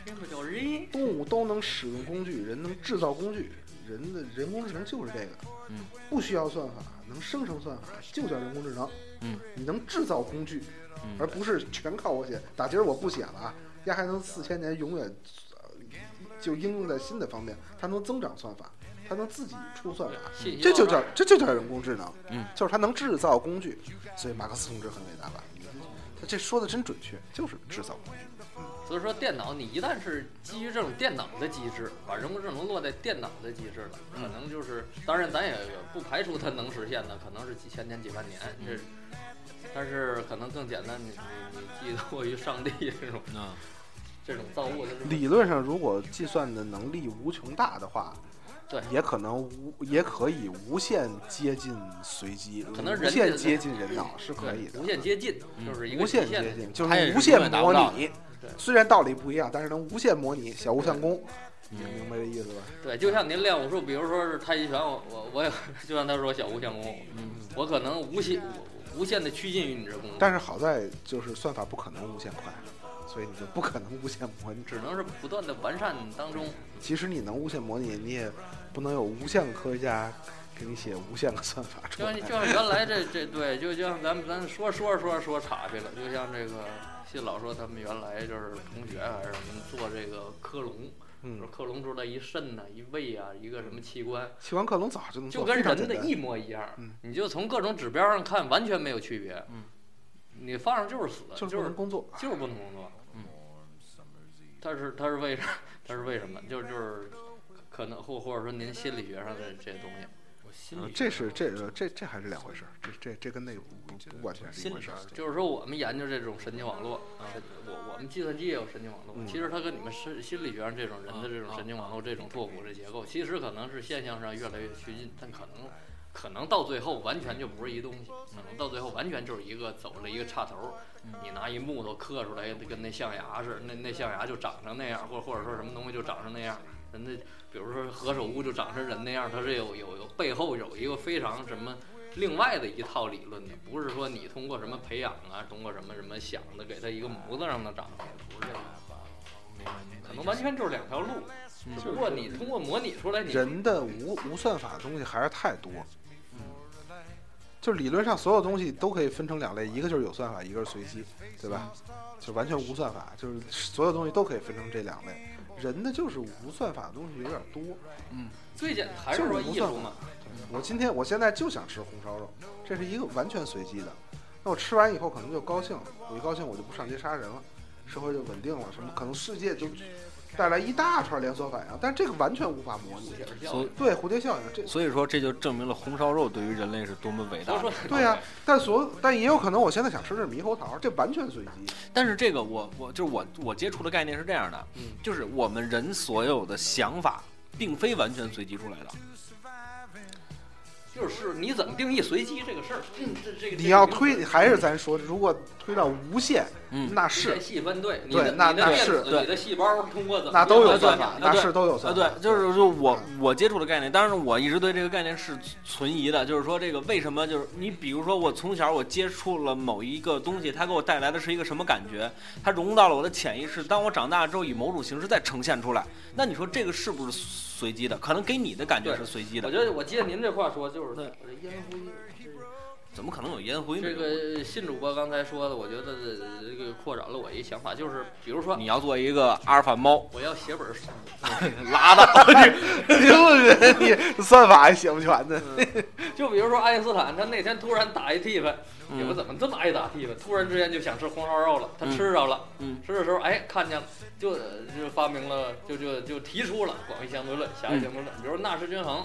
那不叫人，动物都能使用工具，人能制造工具，人的人工智能就是这个，嗯，不需要算法，能生成算法就叫人工智能，嗯，你能制造工具，嗯而不是全靠我写。打今儿我不写了啊，丫还能四千年永远呃就应用在新的方面，它能增长算法，它能自己出算法。信息这就爆炸叫这就叫人工智能，嗯，就是它能制造工具，所以马克思同志很伟大吧？他这说的真准确，就是制造工具。所以说，电脑你一旦是基于这种电脑的机制，把人工智能落在电脑的机制了，嗯可能就是，当然咱也不排除它能实现的，可能是几千年、几万年这，嗯但是可能更简单，你你你寄托于上帝这种啊，这种造物的这种，理论上，如果计算的能力无穷大的话，对也可能无，也可以无限接近随机，可能无人家限的接近人脑是可对以的，无限接近，就是一个无限极接的近，就它也是是无永限远达模不到的拟对。虽然道理不一样，但是能无限模拟，小无相功，你明白这意思吧？对，就像您练武术，比如说是太极拳，我我我也就像他说小无相功，我可能无限无限的趋近于你这功夫，但是好在就是算法不可能无限快，所以你就不可能无限模拟。只能是不断的完善当中。即使你能无限模拟，你也不能有无限科学家给你写无限个算法出 就来像。就像原来这这对，就就像咱们咱们说说说说岔去了，就像这个信老说他们原来就是同学还是什么做这个科隆，嗯说科隆出来一肾呐、一胃啊，一个什么器官，气管克隆早就能就嗯做，跟非常人简的单。一模一样嗯，你就从各种指标上看完全没有区别，嗯你放上就是死，就是就不是能工作，啊就是不能工作。嗯，他是他是为啥？他是为什么？就是就是可能或或者说您心理学上的这些东西，我心呃里这是这啊呃这这还是两回事儿，这这这跟那个不不不完全是一心回里事边儿。儿就是说我们研究这种神经网络，神我我们计算机也有神经网络，嗯其实它跟你们是心理学上这种人的这种神经网络、这种拓扑这结构，其实可能是现象上越来越趋近，但可能。可能到最后完全就不是一东西，可能到最后完全就是一个走了一个岔头儿。你拿一木头刻出来，跟那象牙似的，那那象牙就长成那样，或或者说什么东西就长成那样。人家比如说何首乌就长成人那样，它是有有有背后有一个非常什么另外的一套理论的，不是说你通过什么培养啊，通过什么什么想的给它一个模子让它长出来，不是这样的，可能完全就是两条路。只不过你通过模拟出来，你人的无无算法的东西还是太多。嗯就理论上所有东西都可以分成两类，一个就是有算法，一个是随机，对吧？就完全无算法，就是所有东西都可以分成这两类。人的就是无算法的东西有点多，最简还就是是说无艺算术嘛法。。我今天我现在就想吃红烧肉，这是一个完全随机的。那我吃完以后可能就高兴了，我一高兴我就不上街杀人了，社会就稳定了，什么可能世界就带来一大串连锁反应，但是这个完全无法模拟。所以对蝴蝶效应，这所以说这就证明了红烧肉对于人类是多么伟所以大的说。，啊对呀、但所但也有可能我现在想吃这猕猴桃，这完全随机。但是这个我我就是我我接触的概念是这样的，嗯就是我们人所有的想法并非完全随机出来的， 就是你怎么定义随机这个事儿。嗯这这个你要推，还是咱说，如果推到无限，嗯那是是细分对，你对的那你的那电是子对你的细胞通过怎么那都有样算算法，法，那对是都有啊，算法。 对，就是说我我接触的概念，当然我一直对这个概念是存疑的，就是说这个为什么就是你比如说我从小我接触了某一个东西，它给我带来的是一个什么感觉，它融入到了我的潜意识，当我长大之后以某种形式再呈现出来，那你说这个是不是随机的？可能给你的感觉是随机我的，觉得我接您这话说，就是对我这烟灰怎么可能有烟灰呢？这个新主播刚才说的，我觉得这个扩展了我一想法，就是比如说你要做一个阿尔法猫，我要写本书，拉倒，就是你算法还写不全呢。就比如说爱因斯坦，他那天突然打一嚏粉，嗯也不怎么这么爱打嚏粉，突然之间就想吃红烧肉了，他吃着了，嗯嗯吃的时候哎看见了，就呃就发明了，就就就提出了广义相对论、狭嗯义相对论，比如纳什均衡。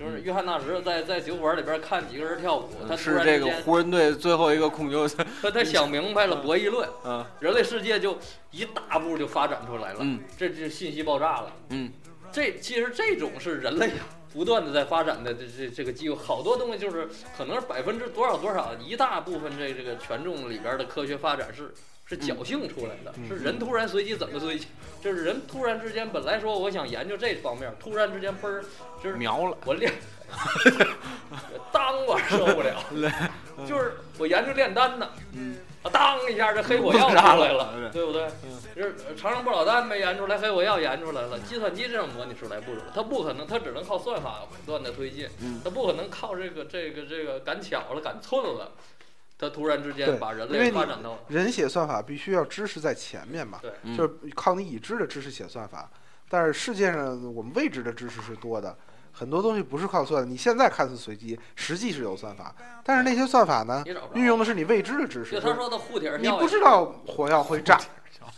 就是约翰纳什在在酒馆里边看几个人跳舞，他突嗯是然这之个间，湖人队最后一个控球，他他想明白了博弈论，嗯人类世界就一大步就发展出来了，嗯这这信息爆炸了。嗯，这其实这种是人类啊不断的在发展的这这这个机会，好多东西就是可能是百分之多少多少一大部分这这个权重里边的科学发展是是侥幸出来的，是人突然随机怎么随机，就是人突然之间本来说我想研究这方面，突然之间嘣儿就是瞄了，我练， 当我受不了，就是我研究炼丹呢，嗯啊，当一下这黑火 药出来了，嗯对不对？就是长生不老丹没研出来，黑火药研出来了，计算机这种模拟出来不出来？它不可能，它只能靠算法不断的推进，嗯它不可能靠这个这个这个赶巧了、赶寸了，它突然之对间把人因为类你发展到人写算法必须要知识在前面嘛，对嗯就是靠你已知的知识写算法。但是世界上我们未知的知识是多的，很多东西不是靠算的。你现在看似随机，实际是有算法，但是那些算法呢你找不，着运用的是你未知的知识就。他说的护体儿你效不应知道火药 会炸，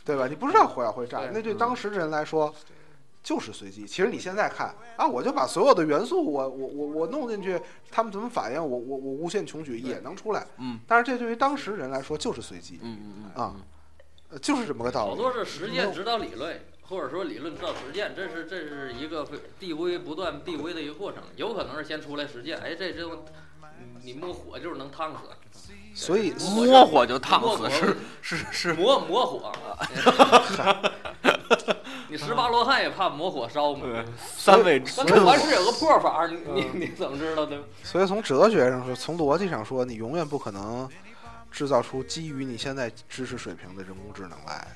对吧？你不知道火药会炸，对嗯那对当时的人来说就是随机。其实你现在看啊，我就把所有的元素我，我我我弄进去，他们怎么反应，我我我无限穷举也能出来。嗯但是这对于当时人来说就是随机嗯嗯嗯，啊、呃就是这么个道好理。多是实践指导理论，或者说理论指导实践，这是这是一个非递归不断递归的一个过程，有可能是先出来实践，哎，这这东你摸火就是能烫死，所嗯以摸火就烫摸死火是是是，磨磨火，你十八罗汉也怕磨火烧吗？三位但是凡事有个破法儿，你你你怎么知道的？所以从哲学上说，从逻辑上说，你永远不可能制造出基于你现在知识水平的人工智能来，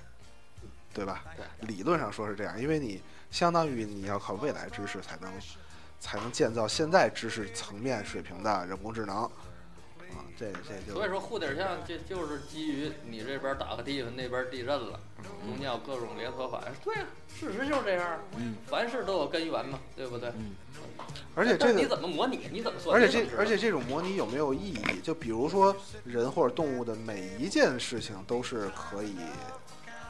对吧？理论上说是这样，因为你相当于你要靠未来知识才能才能建造现在知识层面水平的人工智能啊，这这就所以说护底儿像这就是基于你这边打个地方，那边地震了，中间有各种连锁反应，对呀、啊事实就是这样儿，嗯凡事都有根源嘛，对不对？而且但这是你个。怎么模拟？你怎么算？而且你怎么知这，道而且这种模拟有没有意义？就比如说人或者动物的每一件事情都是可以，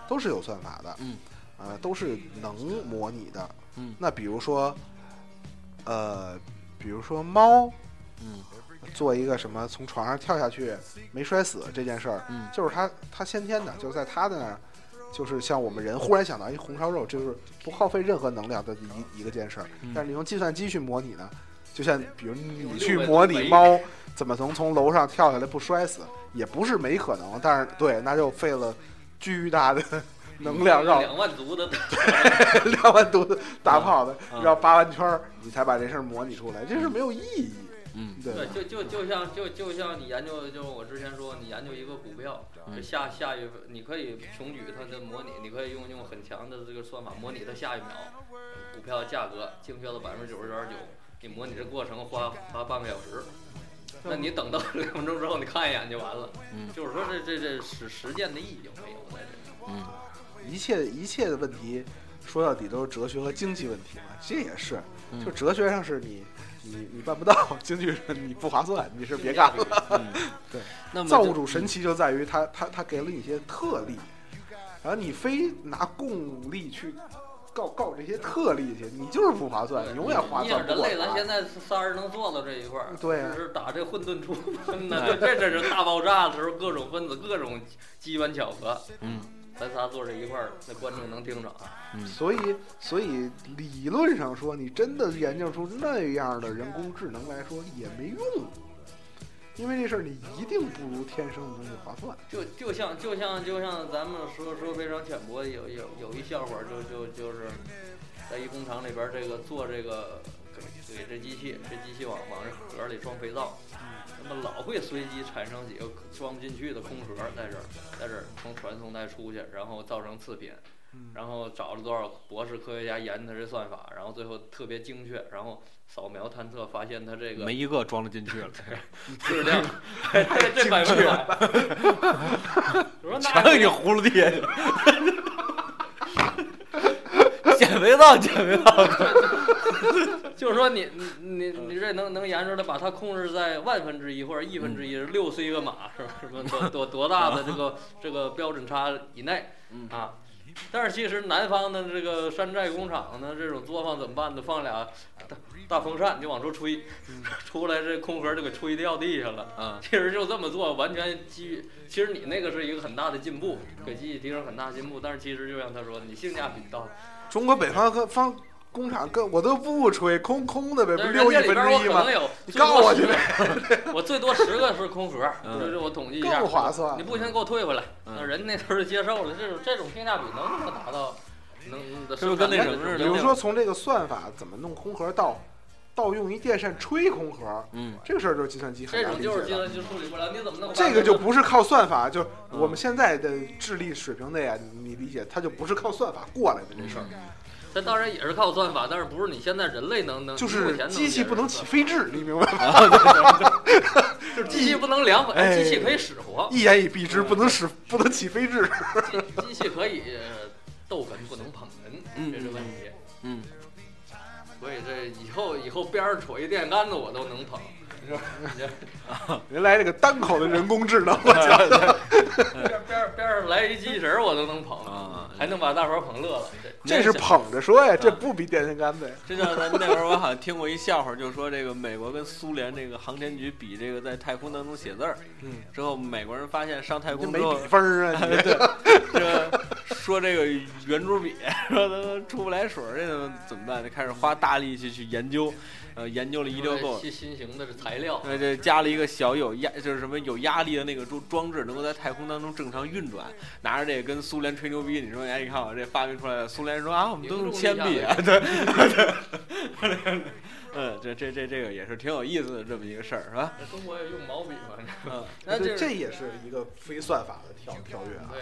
都是有算法的，嗯，呃，都是能模拟的，嗯那比如说，呃，比如说猫嗯做一个什么从床上跳下去没摔死这件事儿，嗯就是它它先天的，就是在它的那儿，就是像我们人忽然想到一红烧肉，就是不耗费任何能量的一一个件事儿嗯。但是你用计算机去模拟呢，就像比有如你六去百模多拟枚猫怎么从从楼上跳下来不摔死，也不是没可能，但是对，那就费了巨大的嗯能量让两万足 的，两万多的大炮子嗯绕八万圈儿，你才把这事儿模拟出来，这是没有意义，嗯对对，吧？就就就像就就像你研究，就是我之前说，你研究一个股票，这下下一你可以穷举它的模拟，你可以用用很强的这个算法模拟它下一秒股票价格精确到百分之九十九点九，你模拟这过程花花半个小时，嗯那你等到两分钟之后你看一眼就完了，嗯就是说这这这实实践的意义有没有在这里？嗯，一切一切的问题，说到底都是哲学和经济问题嘛，这也是，嗯就哲学上是你你你办不到，经济上你不划 算，你是别干了。嗯 那么造就物主神奇就在于他他他给了你一些特例，然后你非拿共力去告告这些特例去，你就是不划算，你永远划你想算人不过类，咱现来。在仨人能做到这一块儿，对啊就是打这混沌出分呢，这这真是大爆炸的时候，各种分子、各种机缘巧合，嗯，咱仨坐这一块儿，那观众能听着啊。所以，所以理论上说，你真的研究出那样的人工智能来说也没用，因为这事儿你一定不如天生的东西划算。就就像就像就像咱们说说非常浅薄，有有有一笑话儿，就就就是在一工厂里边儿，这个做这个给给这机器，这机器往往这盒儿里装肥皂，那么老会随机产生几个装不进去的空盒儿在这儿，在这儿从传送带出去，然后造成次品。然后找了多少博士科学家研的这算法，然后最后特别精确，然后扫描探测发现它这嗯个没一个装得进去了，质量， 这这百分 之百。 我说那全给你葫芦地下去了。减肥皂，减肥皂，就是说你你你你这能能研究的，把它控制在万分之一或者亿分之一，六是一个码，是吧？什么多多多大的这个这个标准差以内嗯啊？但是其实南方的这个山寨工厂呢，这种作坊怎么办呢？放俩大大风扇就往出吹， 出来这空盒就给吹掉地下了。嗯，其实就这么做，完全基于其实你那个是一个很大的进步，给机器提升很大进步。但是其实就像他说，你性价比到了。中国北方和方工厂跟我都不吹，空空的呗，不但是是六人一家里分边之我一可吗能？有，你告我去呗。 我最多十个是空盒，就是我统计一下，更划算你不行，给我退回来。嗯那人那头就接受了，这种这种性价比能不能达到？能的是不是跟那什么似的比如说从这个算法怎么弄空盒到到用一电扇吹空盒，嗯，这个事儿就是计算机很这难种理就是计解的。算机处理不了，你怎么弄？这个就不是靠算法，就是嗯我们现在的智力水平内啊，你理解，它就不是靠算法过来的这事儿，它当然也是靠算法，但是不是你现在人类能能就是机器不能起，飞智，你明白吗？就是机器不能量化，哎机器可以使活，一言以蔽之，不能使，不能起飞智。机机器可以呃逗哏不能捧哏，嗯这是问题。嗯，所以这以后以后边上杵一电杆子我都能捧，是吧？原来这个单口的人工智能，我操！ 边边边上来一机器人儿我都能捧，啊还能把大伙儿捧乐了。这这是捧着说呀，这不比电线杆子呀。这叫咱们那会儿，我好像听过一笑话，就是说这个美国跟苏联这个航天局比这个在太空当中写字儿，嗯，之后美国人发现上太你空没之后 比，分儿啊，你这这说这个圆珠笔，说它出不来水儿，这怎么办？就开始花大力气去研究，呃，研究了一溜够，新新型的这材料，对这加了一个小有压，就是什么有压力的那个装装置，能够在太空当中正常运转。拿着这个跟苏联吹牛逼，你说哎，你看我这发明出来了。苏联人说啊，我们都用铅笔 哎啊，对，对， 嗯，这这这这个也是挺有意思的这么一个事儿，是吧？那中国也用毛笔嘛？嗯，那这这这也是一个非算法的跳跳跃啊。对，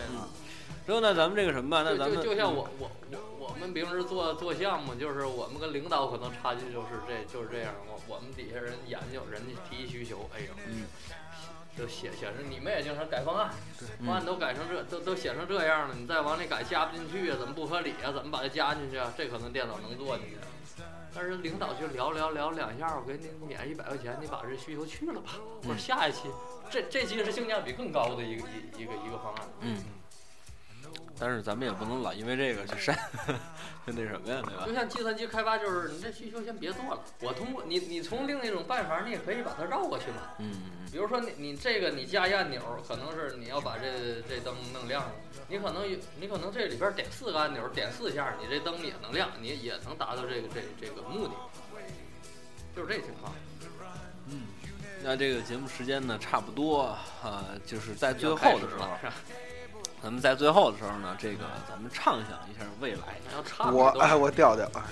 之后呢，咱们这个什么吧，那咱们嗯就就就像我我我我们平时做做项目，就是我们跟领导可能差距就是这就是这样，我我们底下人研究，人家提一需求，哎呦，嗯就写写成你们也经常改方案，嗯方案都改成这都都写成这样了，你再往里改加不进去啊，怎么不合理啊？怎么把它加进去啊？这可能电脑能做进去。但是领导就聊聊聊两下，我给你免一百块钱，你把这需求去了吧。我说嗯下一期，这这期是性价比更高的一个一一个一个方案。嗯，但是咱们也不能老因为这个去删，就 那什么呀，对吧就？像计算机开发，就是你这需求先别做了，我通过你你从另一种办法，你也可以把它绕过去嘛。嗯比如说你你这个你加一按钮，可能是你要把这这灯弄亮了，你可能有你可能这里边点四个按钮，点四下，你这灯也能亮，你也能达到这个这这个目的，就是这情况。嗯，那这个节目时间呢，差不多啊、就是在最要开后的始时候 了，，是吧咱们在最后的时候呢，这个咱们畅想一下未来要差不我多哎，我调调啊，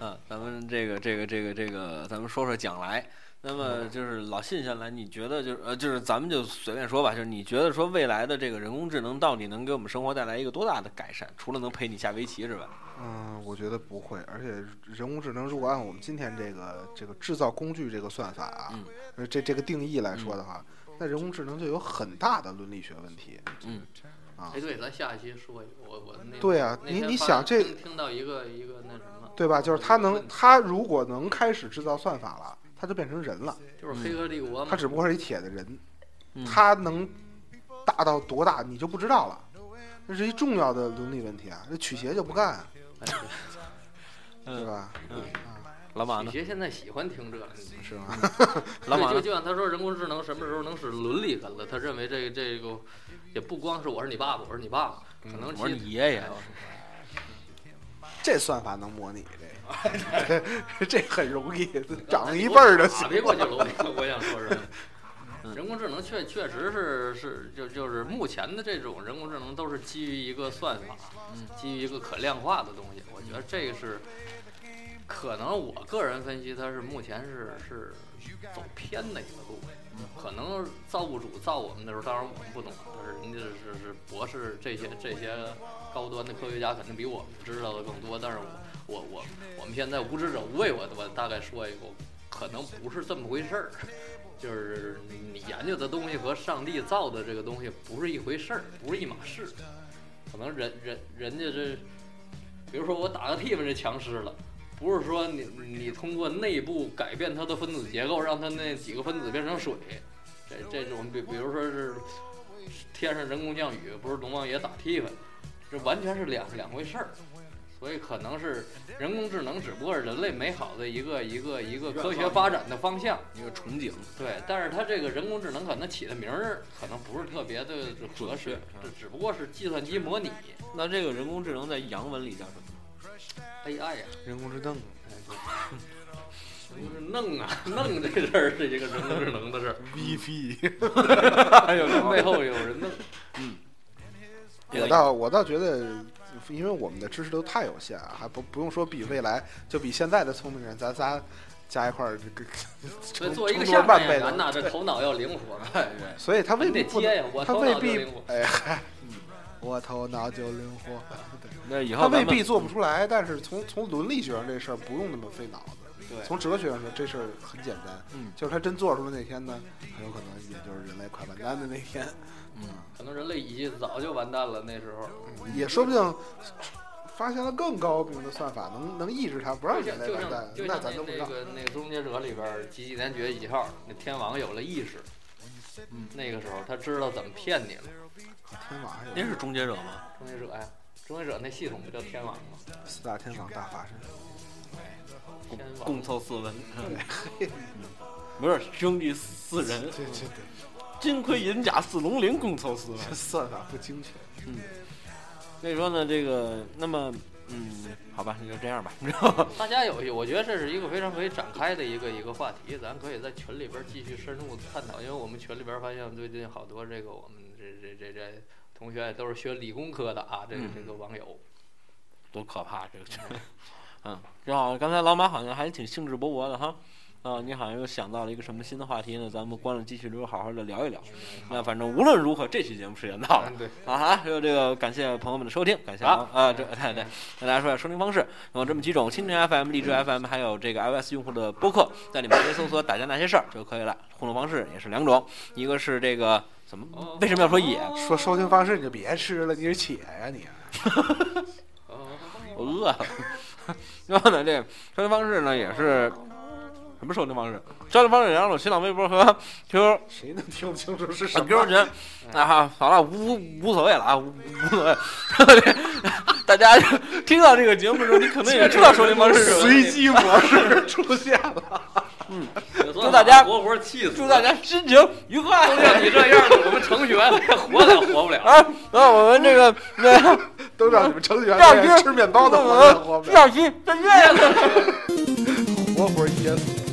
啊， 啊，咱们这个这个这个这个，咱们说说将来。那么就是老信下来，你觉得就是呃，就是咱们就随便说吧，就是你觉得说未来的这个人工智能到底能给我们生活带来一个多大的改善？除了能陪你下围棋之外，嗯，我觉得不会。而且人工智能如果按我们今天这个这个制造工具这个算法啊嗯，呃这这个定义来说的话，那人工智能就有很大的伦理学问题。嗯哎，对，咱下一期说一个，我我那对啊那你天你发想这听听到一个一个那什么，对吧？就是它能，问题它如果能开始制造算法了，它就变成人了。就是《黑客帝国》它嘛，只不过是一铁的人，嗯它能大到多大你就不知道了。这是一重要的伦理问题啊！这曲协就不干，哎对啊 对嗯吧？嗯啊老马呢许？杰现在喜欢听这个，是吗？老马呢？对就就像他嗯说，人工智能什么时候能使伦理跟了？他认为这个这个也不光是我是你爸爸，我是你爸爸，可能我是其你爷爷啊哎这算法能模拟这 个，这很容易，长一辈儿的啊，别过去了，我我想说是。 嗯人工智能确确实是是就就是目前的这种人工智能都是基于一个算法，嗯基于一个可量化的东西。我觉得这个是可能我个人分析，它是目前是是走偏的一个路。可能造物主造我们的时候，当然我们不懂，但是人家是是博士这些这些高端的科学家肯定比我们知道的更多。但是我我我我们现在无知者无畏，我我大概说一个，可能不是这么回事儿。就是你研究的东西和上帝造的这个东西不是一回事儿，不是一码事。可能人人人家这，比如说我打个屁们这强尸了，不是说你你通过内部改变它的分子结构，让它那几个分子变成水，这这种比比如说是天上人工降雨，不是龙王爷打屁们，这完全是两两回事儿。所以可能是人工智能只不过是人类美好的一个一个一个科学发展的方向。一个憧憬，对，但是它这个人工智能可能起的名儿可能不是特别的合适，嗯这只不过是计算机模拟那这个人工智能在洋文里叫什么？ AI 呀、人工智能，就是弄啊弄这事儿是一个人工智能的 事儿， VP，哎背后有人 弄。这我个倒我倒觉得，因为我们的知识都太有限啊，还不不用说比未来，就比现在的聪明人，咱仨加一块儿，这所个成以作为一个成下多半半哎演倍员呐，的，这头脑要灵活。所以他未你必得不接呀能，我他头未脑就必灵活，哎嗨，我头脑就灵活，对那以他后未咱们必做不出来，但是从从伦理学上这事儿不用那么费脑子，对从哲学上说这事儿很简单，嗯就是他真做出来那天呢，很有可能也就是人类快完蛋的那天，可能人类已经早就完蛋了，那时候嗯也说不定发现了更高明的算法，能能抑制它，不让就人像类就完蛋像，就那像咱那都不知那道。个那个《终结者》里边儿几几年几月几号，那天王有了意识，嗯那个时候他知道怎么骗你了。天网还有那是终结者 吗？终结者呀，终结者那系统不叫天网吗？四大天网大法身，共天网共凑四文， 不是兄弟四人， 对对对，金盔银甲四龙鳞，共凑四文。这算法不精确。所以说呢，这个那么嗯，好吧，那就这样吧。然后大家有，我觉得这是一个非常可以展开的一个一个话题，咱可以在群里边继续深入探讨，因为我们群里边发现最近好多这个我们这这这这同学都是学理工科的啊，这个这个网 友，多可怕这个群，嗯，正好刚才老马好像还挺兴致勃勃的哈。啊、你好像又想到了一个什么新的话题呢？咱们关了继续留好好的聊一聊。那反正无论如何，这期节目是也到了。对，啊哈！还有这个，感谢朋友们的收听，感谢啊啊，这对对，跟大家说一下收听方式，有这么几种：蜻蜓 FM、荔枝 FM，还有这个 iOS 用户的播客，在里面直接搜索“打架那些事儿”就可以了。互动方式也是两种，一个是这个怎么为什么要说也？说收听方式你就别吃了，你是且呀你。我饿了。呃 然后呢，这收听方式呢也是什么收听方式？收听方式有两种：新浪微博和 QQ 谁能听不清楚是什啊么？嗯，QQ 群啊哈，好了，无无所谓了啊，无无所谓。 大家听到这个节目的时候，你可能也知道收听方式是什么。 随机模式出现了，祝大家活活气死，祝大家心情愉快。 都 像你这样的，我们程序员连活都活不了。啊，那我们这个那都让你们程序员第二在期吃面包的活我活们第二期再见。活活噎死。